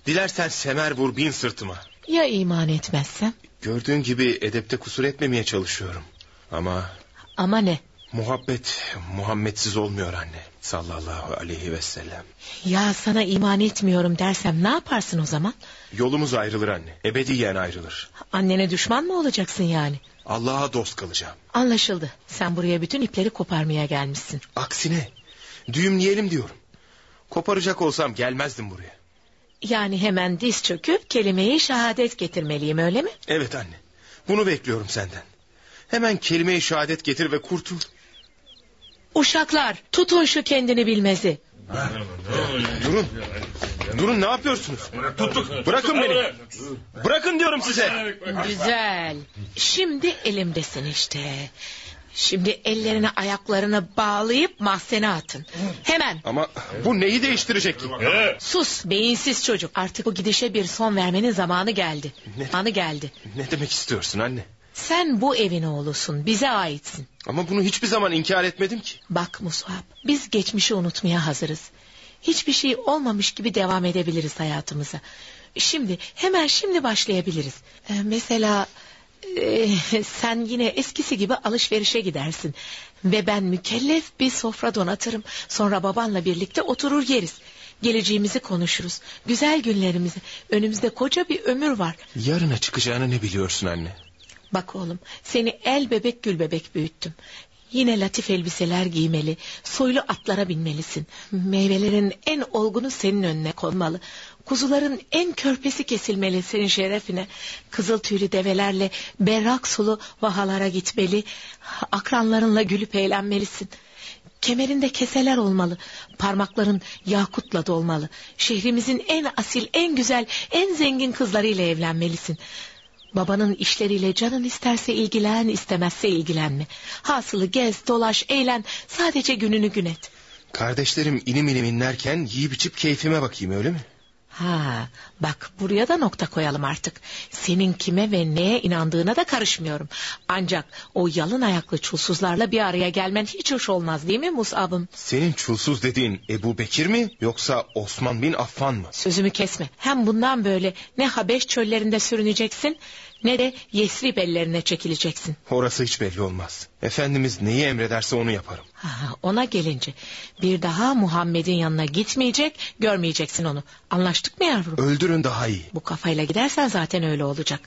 Speaker 5: Dilersen semer vur bin sırtıma.
Speaker 3: Ya iman etmezsem?
Speaker 5: Gördüğün gibi edepte kusur etmemeye çalışıyorum. Ama...
Speaker 3: Ama ne?
Speaker 5: Muhabbet Muhammedsiz olmuyor anne. Sallallahu aleyhi ve sellem.
Speaker 3: Ya sana iman etmiyorum dersem ne yaparsın o zaman?
Speaker 5: Yolumuz ayrılır anne. Ebediyen ayrılır.
Speaker 3: Annene düşman mı olacaksın yani?
Speaker 5: Allah'a dost kalacağım.
Speaker 3: Anlaşıldı. Sen buraya bütün ipleri koparmaya gelmişsin.
Speaker 5: Aksine Düğümleyelim diyorum. Koparacak olsam gelmezdim buraya.
Speaker 3: Yani hemen diz çöküp kelimeyi şehadet getirmeliyim öyle mi?
Speaker 5: Evet anne. Bunu bekliyorum senden. Hemen kelime-i şehadet getir ve kurtul.
Speaker 3: Uşaklar tutun şu kendini bilmezi.
Speaker 5: Durun. Durun ne yapıyorsunuz? Bırakın beni. Bırakın diyorum size.
Speaker 3: Güzel. Şimdi elimdesin işte. Şimdi ellerini ayaklarını bağlayıp mahzene atın. Hemen.
Speaker 5: Ama bu neyi değiştirecek ki?
Speaker 3: Sus beyinsiz çocuk. Artık bu gidişe bir son vermenin zamanı geldi. Zamanı geldi.
Speaker 5: Ne demek istiyorsun anne?
Speaker 3: Sen bu evin oğlusun. Bize aitsin.
Speaker 5: Ama bunu hiçbir zaman inkar etmedim ki.
Speaker 3: Bak Musab, biz geçmişi unutmaya hazırız. Hiçbir şey olmamış gibi devam edebiliriz hayatımıza. Şimdi, hemen şimdi başlayabiliriz. Ee, mesela e, sen yine eskisi gibi alışverişe gidersin. Ve ben mükellef bir sofra donatırım. Sonra babanla birlikte oturur yeriz. Geleceğimizi konuşuruz. Güzel günlerimizi. Önümüzde koca bir ömür var.
Speaker 5: Yarına çıkacağını ne biliyorsun anne?
Speaker 3: Bak oğlum seni el bebek gül bebek büyüttüm. Yine latif elbiseler giymeli, soylu atlara binmelisin. Meyvelerin en olgunu senin önüne konmalı. Kuzuların en körpesi kesilmeli senin şerefine. Kızıl tüylü develerle berrak sulu vahalara gitmeli. Akranlarınla gülüp eğlenmelisin. Kemerinde keseler olmalı. Parmakların yakutla dolmalı. Şehrimizin en asil, en güzel, en zengin kızlarıyla evlenmelisin. Babanın işleriyle canın isterse ilgilen, istemezse ilgilenme. Hasılı gez, dolaş, eğlen, sadece gününü gün et.
Speaker 5: Kardeşlerim inim inim inlerken yiyip içip keyfime bakayım öyle mi?
Speaker 3: Ha, bak buraya da nokta koyalım artık. Senin kime ve neye inandığına da karışmıyorum. Ancak o yalın ayaklı çulsuzlarla bir araya gelmen hiç hoş olmaz değil mi Musab'ım?
Speaker 5: Senin çulsuz dediğin Ebu Bekir mi yoksa Osman bin Affan mı?
Speaker 3: Sözümü kesme. Hem bundan böyle ne Habeş çöllerinde sürüneceksin ne de Yesrib ellerine çekileceksin.
Speaker 5: Orası hiç belli olmaz. Efendimiz neyi emrederse onu yaparım.
Speaker 3: Ha, ona gelince bir daha Muhammed'in yanına gitmeyecek, görmeyeceksin onu. Anlaştık mı yavrum?
Speaker 5: Öldürün daha iyi.
Speaker 3: Bu kafayla gidersen zaten öyle olacak.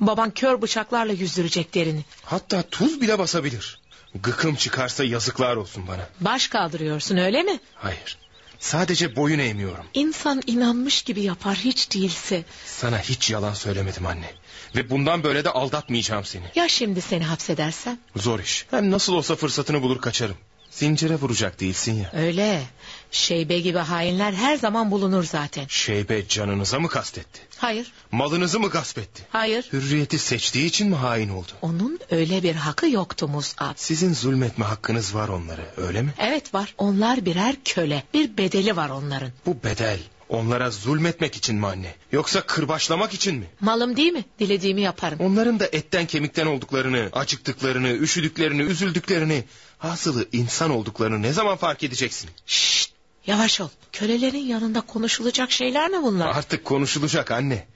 Speaker 3: Baban kör bıçaklarla yüzdürecek derini.
Speaker 5: Hatta tuz bile basabilir. Gıkım çıkarsa yazıklar olsun bana.
Speaker 3: Baş kaldırıyorsun öyle mi?
Speaker 5: Hayır. Sadece boyun eğmiyorum.
Speaker 3: İnsan inanmış gibi yapar hiç değilse.
Speaker 5: Sana hiç yalan söylemedim anne. Ve bundan böyle de aldatmayacağım seni.
Speaker 3: Ya şimdi seni hapsedersen?
Speaker 5: Zor iş. Hem nasıl olsa fırsatını bulur kaçarım. Zincire vuracak değilsin ya.
Speaker 3: Öyle. Şeybe gibi hainler her zaman bulunur zaten.
Speaker 5: Şeybe canınıza mı kastetti?
Speaker 3: Hayır,
Speaker 5: Malınızı mı gasp etti?
Speaker 3: hayır.
Speaker 5: Hürriyeti seçtiği için mi hain oldu?
Speaker 3: Onun öyle bir hakkı yoktu Musab.
Speaker 5: Sizin zulmetme hakkınız var onlara öyle mi?
Speaker 3: Evet var. Onlar birer köle. Bir bedeli var onların.
Speaker 5: Bu bedel onlara zulmetmek için mi anne? Yoksa kırbaçlamak için mi?
Speaker 3: Malım değil mi? Dilediğimi yaparım.
Speaker 5: Onların da etten kemikten olduklarını, acıktıklarını, üşüdüklerini, üzüldüklerini, hasılı insan olduklarını ne zaman fark edeceksin?
Speaker 3: Şşt! Yavaş ol. Kölelerin yanında konuşulacak şeyler mi bunlar?
Speaker 5: Artık konuşulacak anne.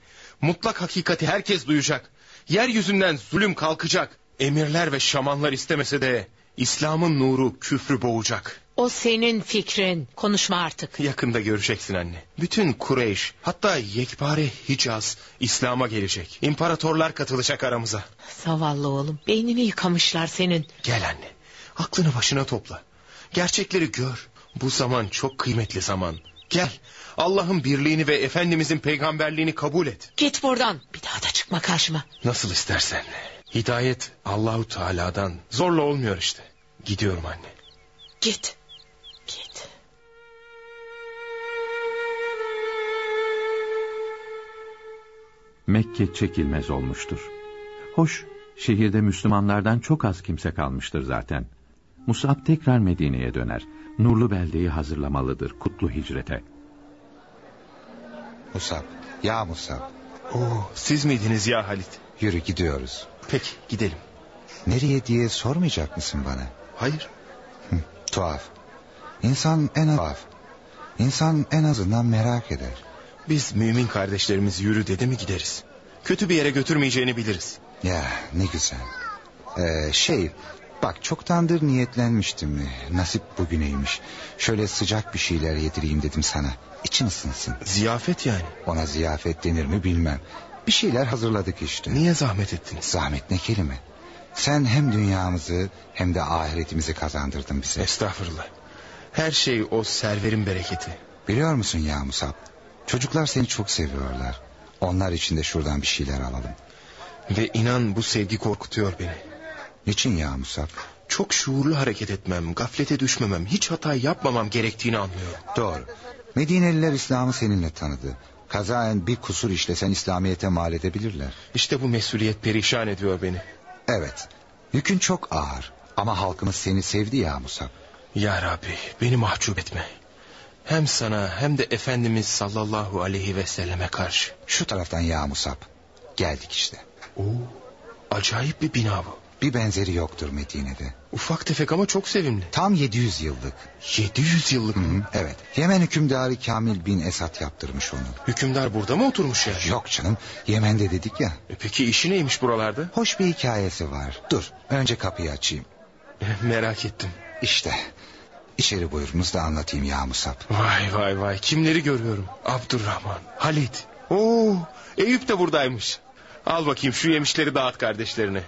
Speaker 5: Mutlak hakikati herkes duyacak. Yeryüzünden zulüm kalkacak. Emirler ve şamanlar istemese de İslam'ın nuru küfrü boğacak.
Speaker 3: O senin fikrin. Konuşma artık.
Speaker 5: Yakında göreceksin anne. Bütün Kureyş, hatta yekpare Hicaz İslam'a gelecek. İmparatorlar katılacak aramıza.
Speaker 3: Zavallı oğlum. Beynini yıkamışlar senin.
Speaker 5: Gel anne. Aklını başına topla. Gerçekleri gör. Bu zaman çok kıymetli zaman. Gel. Allah'ın birliğini ve Efendimizin peygamberliğini kabul et.
Speaker 3: Git buradan. Bir daha da çıkma karşıma.
Speaker 5: Nasıl istersen. Hidayet Allahu Teala'dan. Zorla olmuyor işte. Gidiyorum anne.
Speaker 3: Git. Git.
Speaker 2: Mekke çekilmez olmuştur. Hoş, şehirde Müslümanlardan çok az kimse kalmıştır zaten. Musab tekrar Medine'ye döner. Nurlu beldeyi hazırlamalıdır kutlu hicrete.
Speaker 9: Musab, ya Musab.
Speaker 5: Oo, Oh, siz miydiniz ya Halit?
Speaker 9: Yürü gidiyoruz.
Speaker 5: Peki gidelim.
Speaker 9: Nereye diye sormayacak mısın bana?
Speaker 5: Hayır.
Speaker 9: Hı, tuhaf. İnsan en az... Tuhaf. İnsan en azından merak eder.
Speaker 5: Biz mümin kardeşlerimiz yürü dedi mi gideriz. Kötü bir yere götürmeyeceğini biliriz.
Speaker 9: Ya ne güzel. Ee, şey bak çoktandır niyetlenmiştim. Ee, Nasip bugüneymiş. Şöyle sıcak bir şeyler yedireyim dedim sana. İçin ısınsın.
Speaker 5: Ziyafet yani.
Speaker 9: Ona ziyafet denir mi bilmem. Bir şeyler hazırladık işte.
Speaker 5: Niye zahmet ettiniz?
Speaker 9: Zahmet ne kelime. Sen hem dünyamızı hem de ahiretimizi kazandırdın bize.
Speaker 5: Estağfurullah. Her şey o serverin bereketi.
Speaker 9: Biliyor musun ya Musab? Çocuklar seni çok seviyorlar. Onlar için de şuradan bir şeyler alalım.
Speaker 5: Ve inan bu sevgi korkutuyor beni.
Speaker 9: Niçin ya Musab?
Speaker 5: Çok şuurlu hareket etmem, gaflete düşmemem, hiç hata yapmamam gerektiğini anlıyorum.
Speaker 9: Doğru. Medineliler İslam'ı seninle tanıdı. Kazaen bir kusur işlesen İslamiyet'e mal edebilirler.
Speaker 5: İşte bu mesuliyet perişan ediyor beni.
Speaker 9: Evet. Yükün çok ağır. Ama halkımız seni sevdi ya Musab.
Speaker 5: Ya Rabbi beni mahcup etme. Hem sana hem de Efendimiz sallallahu aleyhi ve selleme karşı.
Speaker 9: Şu taraftan ya Musab. Geldik işte.
Speaker 5: Oo, acayip bir bina bu.
Speaker 9: Bir benzeri yoktur Medine'de.
Speaker 5: Ufak tefek ama çok sevimli.
Speaker 9: Tam 700 yıllık.
Speaker 5: 700 yıllık
Speaker 9: Hı,
Speaker 5: mı?
Speaker 9: evet. Yemen hükümdarı Kamil bin Esat yaptırmış onu.
Speaker 5: Hükümdar burada mı oturmuş yani?
Speaker 9: Yok canım. Yemen'de dedik ya.
Speaker 5: E Peki işi neymiş buralarda?
Speaker 9: Hoş bir hikayesi var. Dur. Önce kapıyı açayım.
Speaker 5: Eh, Merak ettim.
Speaker 9: İşte. İçeri buyurunuz da anlatayım ya Musab.
Speaker 5: Vay vay vay kimleri görüyorum. Abdurrahman, Halit. Oo, Eyüp de buradaymış. Al bakayım şu yemişleri dağıt kardeşlerine.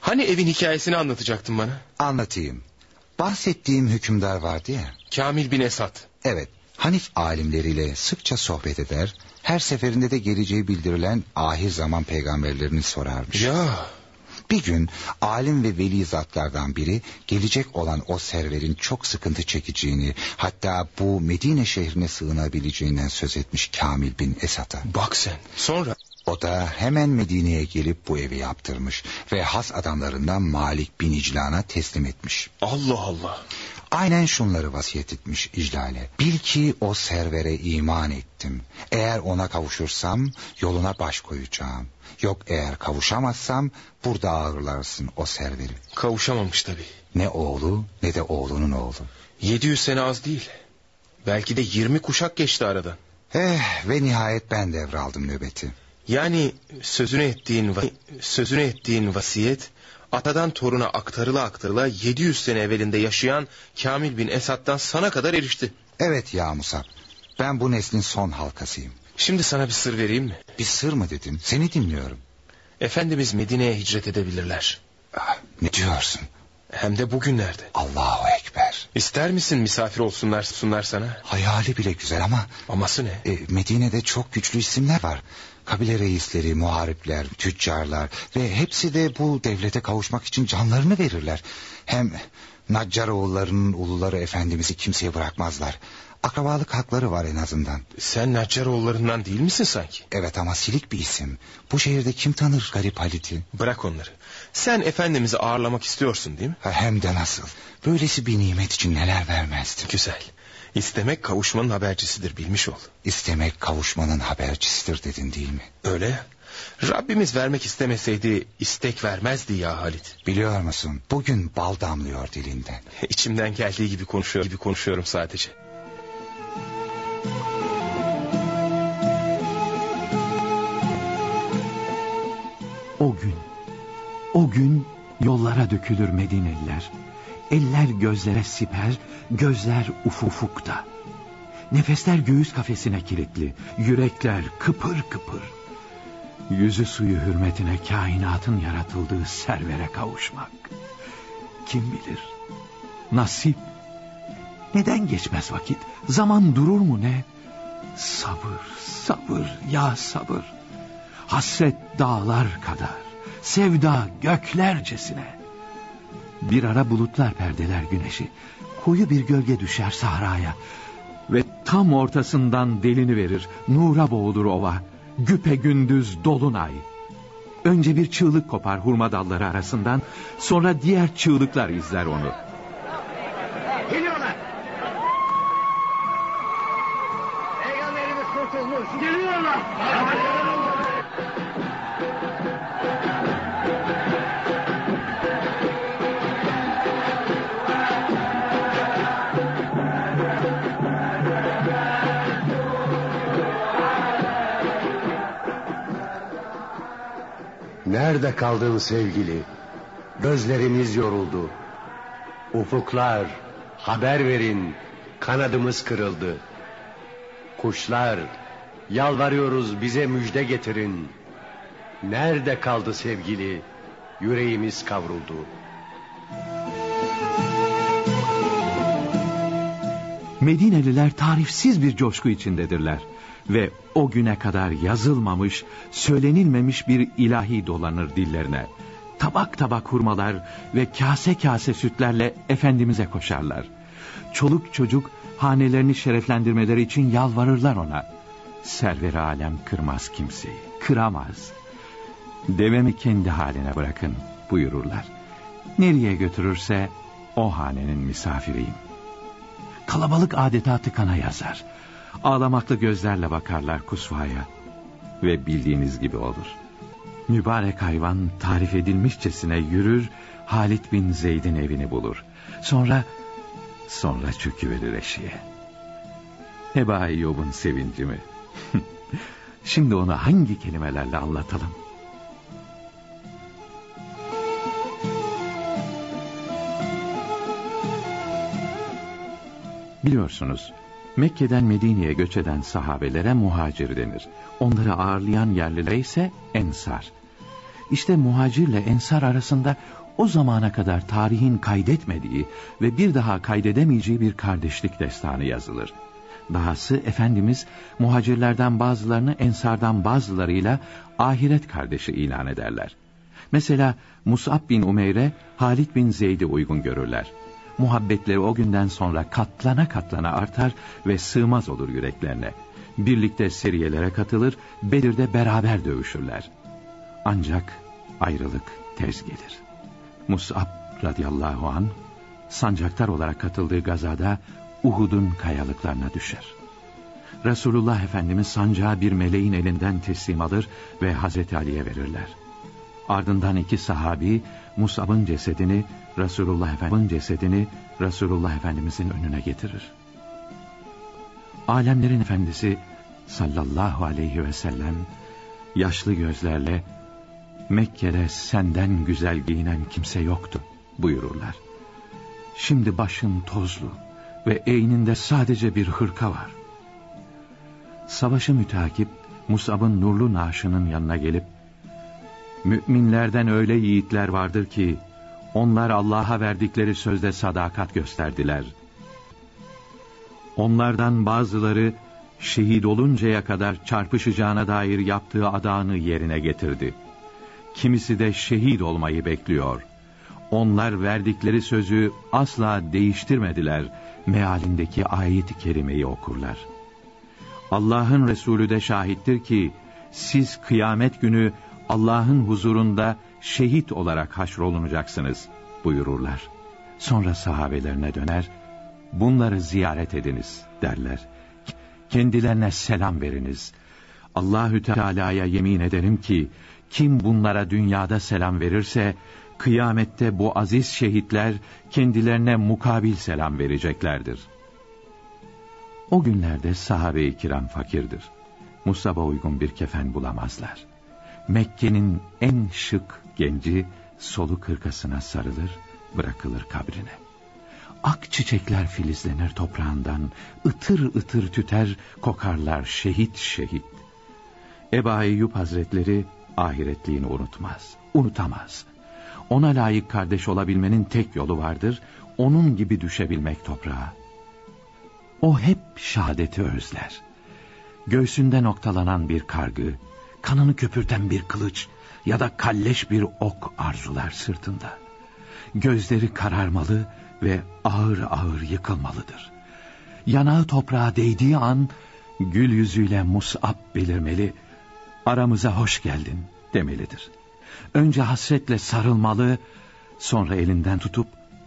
Speaker 5: Hani evin hikayesini anlatacaktın bana?
Speaker 9: Anlatayım. Bahsettiğim hükümdar vardı ya.
Speaker 5: Kamil bin Esat.
Speaker 9: Evet. Hanif alimleriyle sıkça sohbet eder. Her seferinde de geleceği bildirilen ahir zaman peygamberlerini sorarmış.
Speaker 5: Ya
Speaker 9: Bir gün alim ve veli zatlardan biri gelecek olan o serverin çok sıkıntı çekeceğini hatta bu Medine şehrine sığınabileceğinden söz etmiş Kamil bin Esat'a.
Speaker 5: bak sen. Sonra?
Speaker 9: O da hemen Medine'ye gelip bu evi yaptırmış ve has adamlarından Malik bin İclan'a teslim etmiş.
Speaker 5: Allah Allah.
Speaker 9: Aynen şunları vasiyet etmiş İclale. Bil ki o servere iman ettim. Eğer ona kavuşursam yoluna baş koyacağım. Yok eğer kavuşamazsam burada ağırlarsın o serveri.
Speaker 5: Kavuşamamış tabii.
Speaker 9: Ne oğlu ne de oğlunun oğlu.
Speaker 5: 700 sene az değil. Belki de 20 kuşak geçti aradan.
Speaker 9: Eh ve nihayet ben devraldım nöbeti.
Speaker 5: Yani sözünü ettiğin va- sözünü ettiğin vasiyet atadan toruna aktarıla aktarıla 700 sene evvelinde yaşayan Kamil bin Esad'dan sana kadar erişti.
Speaker 9: Evet ya Musab ben bu neslin son halkasıyım.
Speaker 5: Şimdi sana bir sır vereyim mi?
Speaker 9: Bir sır mı dedim seni dinliyorum.
Speaker 5: Efendimiz Medine'ye hicret edebilirler.
Speaker 9: Ah, ne diyorsun?
Speaker 5: Hem de bugünlerde.
Speaker 9: Allahu Ekber.
Speaker 5: İster misin misafir olsunlar sunlar sana?
Speaker 9: Hayali bile güzel ama
Speaker 5: Aması ne?
Speaker 9: E, Medine'de çok güçlü isimler var. Kabile reisleri, muharipler, tüccarlar ve hepsi de bu devlete kavuşmak için canlarını verirler. Hem Naccar oğullarının uluları efendimizi kimseye bırakmazlar. Akrabalık hakları var en azından.
Speaker 5: Sen Naccaroğullarından değil misin sanki?
Speaker 9: Evet ama silik bir isim. Bu şehirde kim tanır garip Halit'i?
Speaker 5: Bırak onları. Sen Efendimiz'i ağırlamak istiyorsun değil mi?
Speaker 9: Ha, hem de nasıl. Böylesi bir nimet için neler vermezdim.
Speaker 5: Güzel. İstemek kavuşmanın habercisidir bilmiş ol.
Speaker 9: İstemek kavuşmanın habercisidir dedin değil mi?
Speaker 5: Öyle. Rabbimiz vermek istemeseydi istek vermezdi ya Halit.
Speaker 9: Biliyor musun bugün bal damlıyor dilinden.
Speaker 5: İçimden geldiği gibi konuşuyor gibi konuşuyorum sadece.
Speaker 2: O gün, o gün yollara dökülür Medineliler. Eller gözlere siper, gözler ufufukta. Nefesler göğüs kafesine kilitli, yürekler kıpır kıpır. Yüzü suyu hürmetine kainatın yaratıldığı servere kavuşmak. Kim bilir? Nasip. Neden geçmez vakit? Zaman durur mu ne? Sabır, sabır, ya sabır. Hasret dağlar kadar, sevda göklercesine. Bir ara bulutlar perdeler güneşi, koyu bir gölge düşer sahraya ve tam ortasından delini verir, nura boğulur ova, güpe gündüz dolunay. Önce bir çığlık kopar hurma dalları arasından, sonra diğer çığlıklar izler onu.
Speaker 14: Geliyorlar. Peygamberimiz kurtulmuş. Geliyorlar.
Speaker 15: Nerede kaldın sevgili? Gözlerimiz yoruldu. Ufuklar, haber verin. Kanadımız kırıldı. Kuşlar, yalvarıyoruz bize müjde getirin. Nerede kaldı sevgili? Yüreğimiz kavruldu.
Speaker 2: Medineliler tarifsiz bir coşku içindedirler ve o güne kadar yazılmamış, söylenilmemiş bir ilahi dolanır dillerine. Tabak tabak hurmalar ve kase kase sütlerle efendimize koşarlar. Çoluk çocuk hanelerini şereflendirmeleri için yalvarırlar ona. Server alem kırmaz kimseyi, kıramaz. Devemi kendi haline bırakın buyururlar. Nereye götürürse o hanenin misafiriyim. Kalabalık adeta tıkana yazar. Ağlamaklı gözlerle bakarlar kusvaya. Ve bildiğiniz gibi olur. Mübarek hayvan tarif edilmişçesine yürür, Halit bin Zeyd'in evini bulur. Sonra, sonra çöküverir eşiğe. Heba Eyyub'un sevinci mi? Şimdi onu hangi kelimelerle anlatalım? Biliyorsunuz Mekke'den Medine'ye göç eden sahabelere muhacir denir. Onları ağırlayan yerlilere ise ensar. İşte muhacirle ensar arasında o zamana kadar tarihin kaydetmediği ve bir daha kaydedemeyeceği bir kardeşlik destanı yazılır. Dahası Efendimiz muhacirlerden bazılarını ensardan bazılarıyla ahiret kardeşi ilan ederler. Mesela Mus'ab bin Umeyr'e Halid bin Zeyd'i uygun görürler muhabbetleri o günden sonra katlana katlana artar ve sığmaz olur yüreklerine. Birlikte seriyelere katılır, Bedir'de beraber dövüşürler. Ancak ayrılık tez gelir. Mus'ab radıyallahu an sancaktar olarak katıldığı gazada Uhud'un kayalıklarına düşer. Resulullah Efendimiz sancağı bir meleğin elinden teslim alır ve Hazreti Ali'ye verirler. Ardından iki sahabi Musab'ın cesedini Resulullah Efendimiz'in cesedini Resulullah Efendimizin önüne getirir. Alemlerin efendisi sallallahu aleyhi ve sellem yaşlı gözlerle Mekke'de senden güzel giyinen kimse yoktu buyururlar. Şimdi başın tozlu ve eyninde sadece bir hırka var. Savaşı mütakip Musab'ın nurlu naaşının yanına gelip Müminlerden öyle yiğitler vardır ki onlar Allah'a verdikleri sözde sadakat gösterdiler. Onlardan bazıları şehit oluncaya kadar çarpışacağına dair yaptığı adağını yerine getirdi. Kimisi de şehit olmayı bekliyor. Onlar verdikleri sözü asla değiştirmediler. Mealindeki ayet-i kerimeyi okurlar. Allah'ın Resulü de şahittir ki siz kıyamet günü Allah'ın huzurunda şehit olarak haşrolunacaksınız buyururlar. Sonra sahabelerine döner, bunları ziyaret ediniz derler. Kendilerine selam veriniz. Allahü Teala'ya yemin ederim ki kim bunlara dünyada selam verirse kıyamette bu aziz şehitler kendilerine mukabil selam vereceklerdir. O günlerde sahabe-i kiram fakirdir. Musab'a uygun bir kefen bulamazlar.'' Mekke'nin en şık genci solu kırkasına sarılır, bırakılır kabrine. Ak çiçekler filizlenir toprağından, ıtır ıtır tüter, kokarlar şehit şehit. Eba Eyyub Hazretleri ahiretliğini unutmaz, unutamaz. Ona layık kardeş olabilmenin tek yolu vardır, onun gibi düşebilmek toprağa. O hep şehadeti özler. Göğsünde noktalanan bir kargı, kanını köpürten bir kılıç ya da kalleş bir ok arzular sırtında. Gözleri kararmalı ve ağır ağır yıkılmalıdır. Yanağı toprağa değdiği an gül yüzüyle musab belirmeli, aramıza hoş geldin demelidir. Önce hasretle sarılmalı, sonra elinden tutup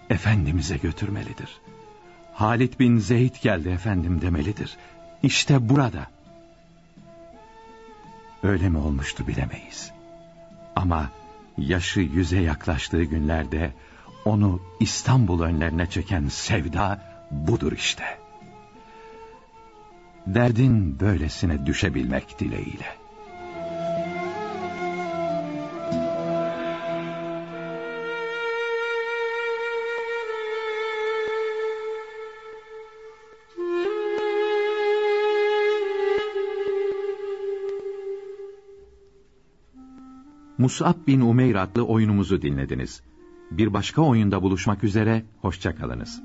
Speaker 2: Efendimiz'e götürmelidir. Halit bin Zeyd geldi efendim demelidir. İşte burada.'' öyle mi olmuştu bilemeyiz. Ama yaşı yüze yaklaştığı günlerde onu İstanbul önlerine çeken sevda budur işte. Derdin böylesine düşebilmek dileğiyle. Mus'ab bin Umeyr adlı oyunumuzu dinlediniz. Bir başka oyunda buluşmak üzere, hoşçakalınız.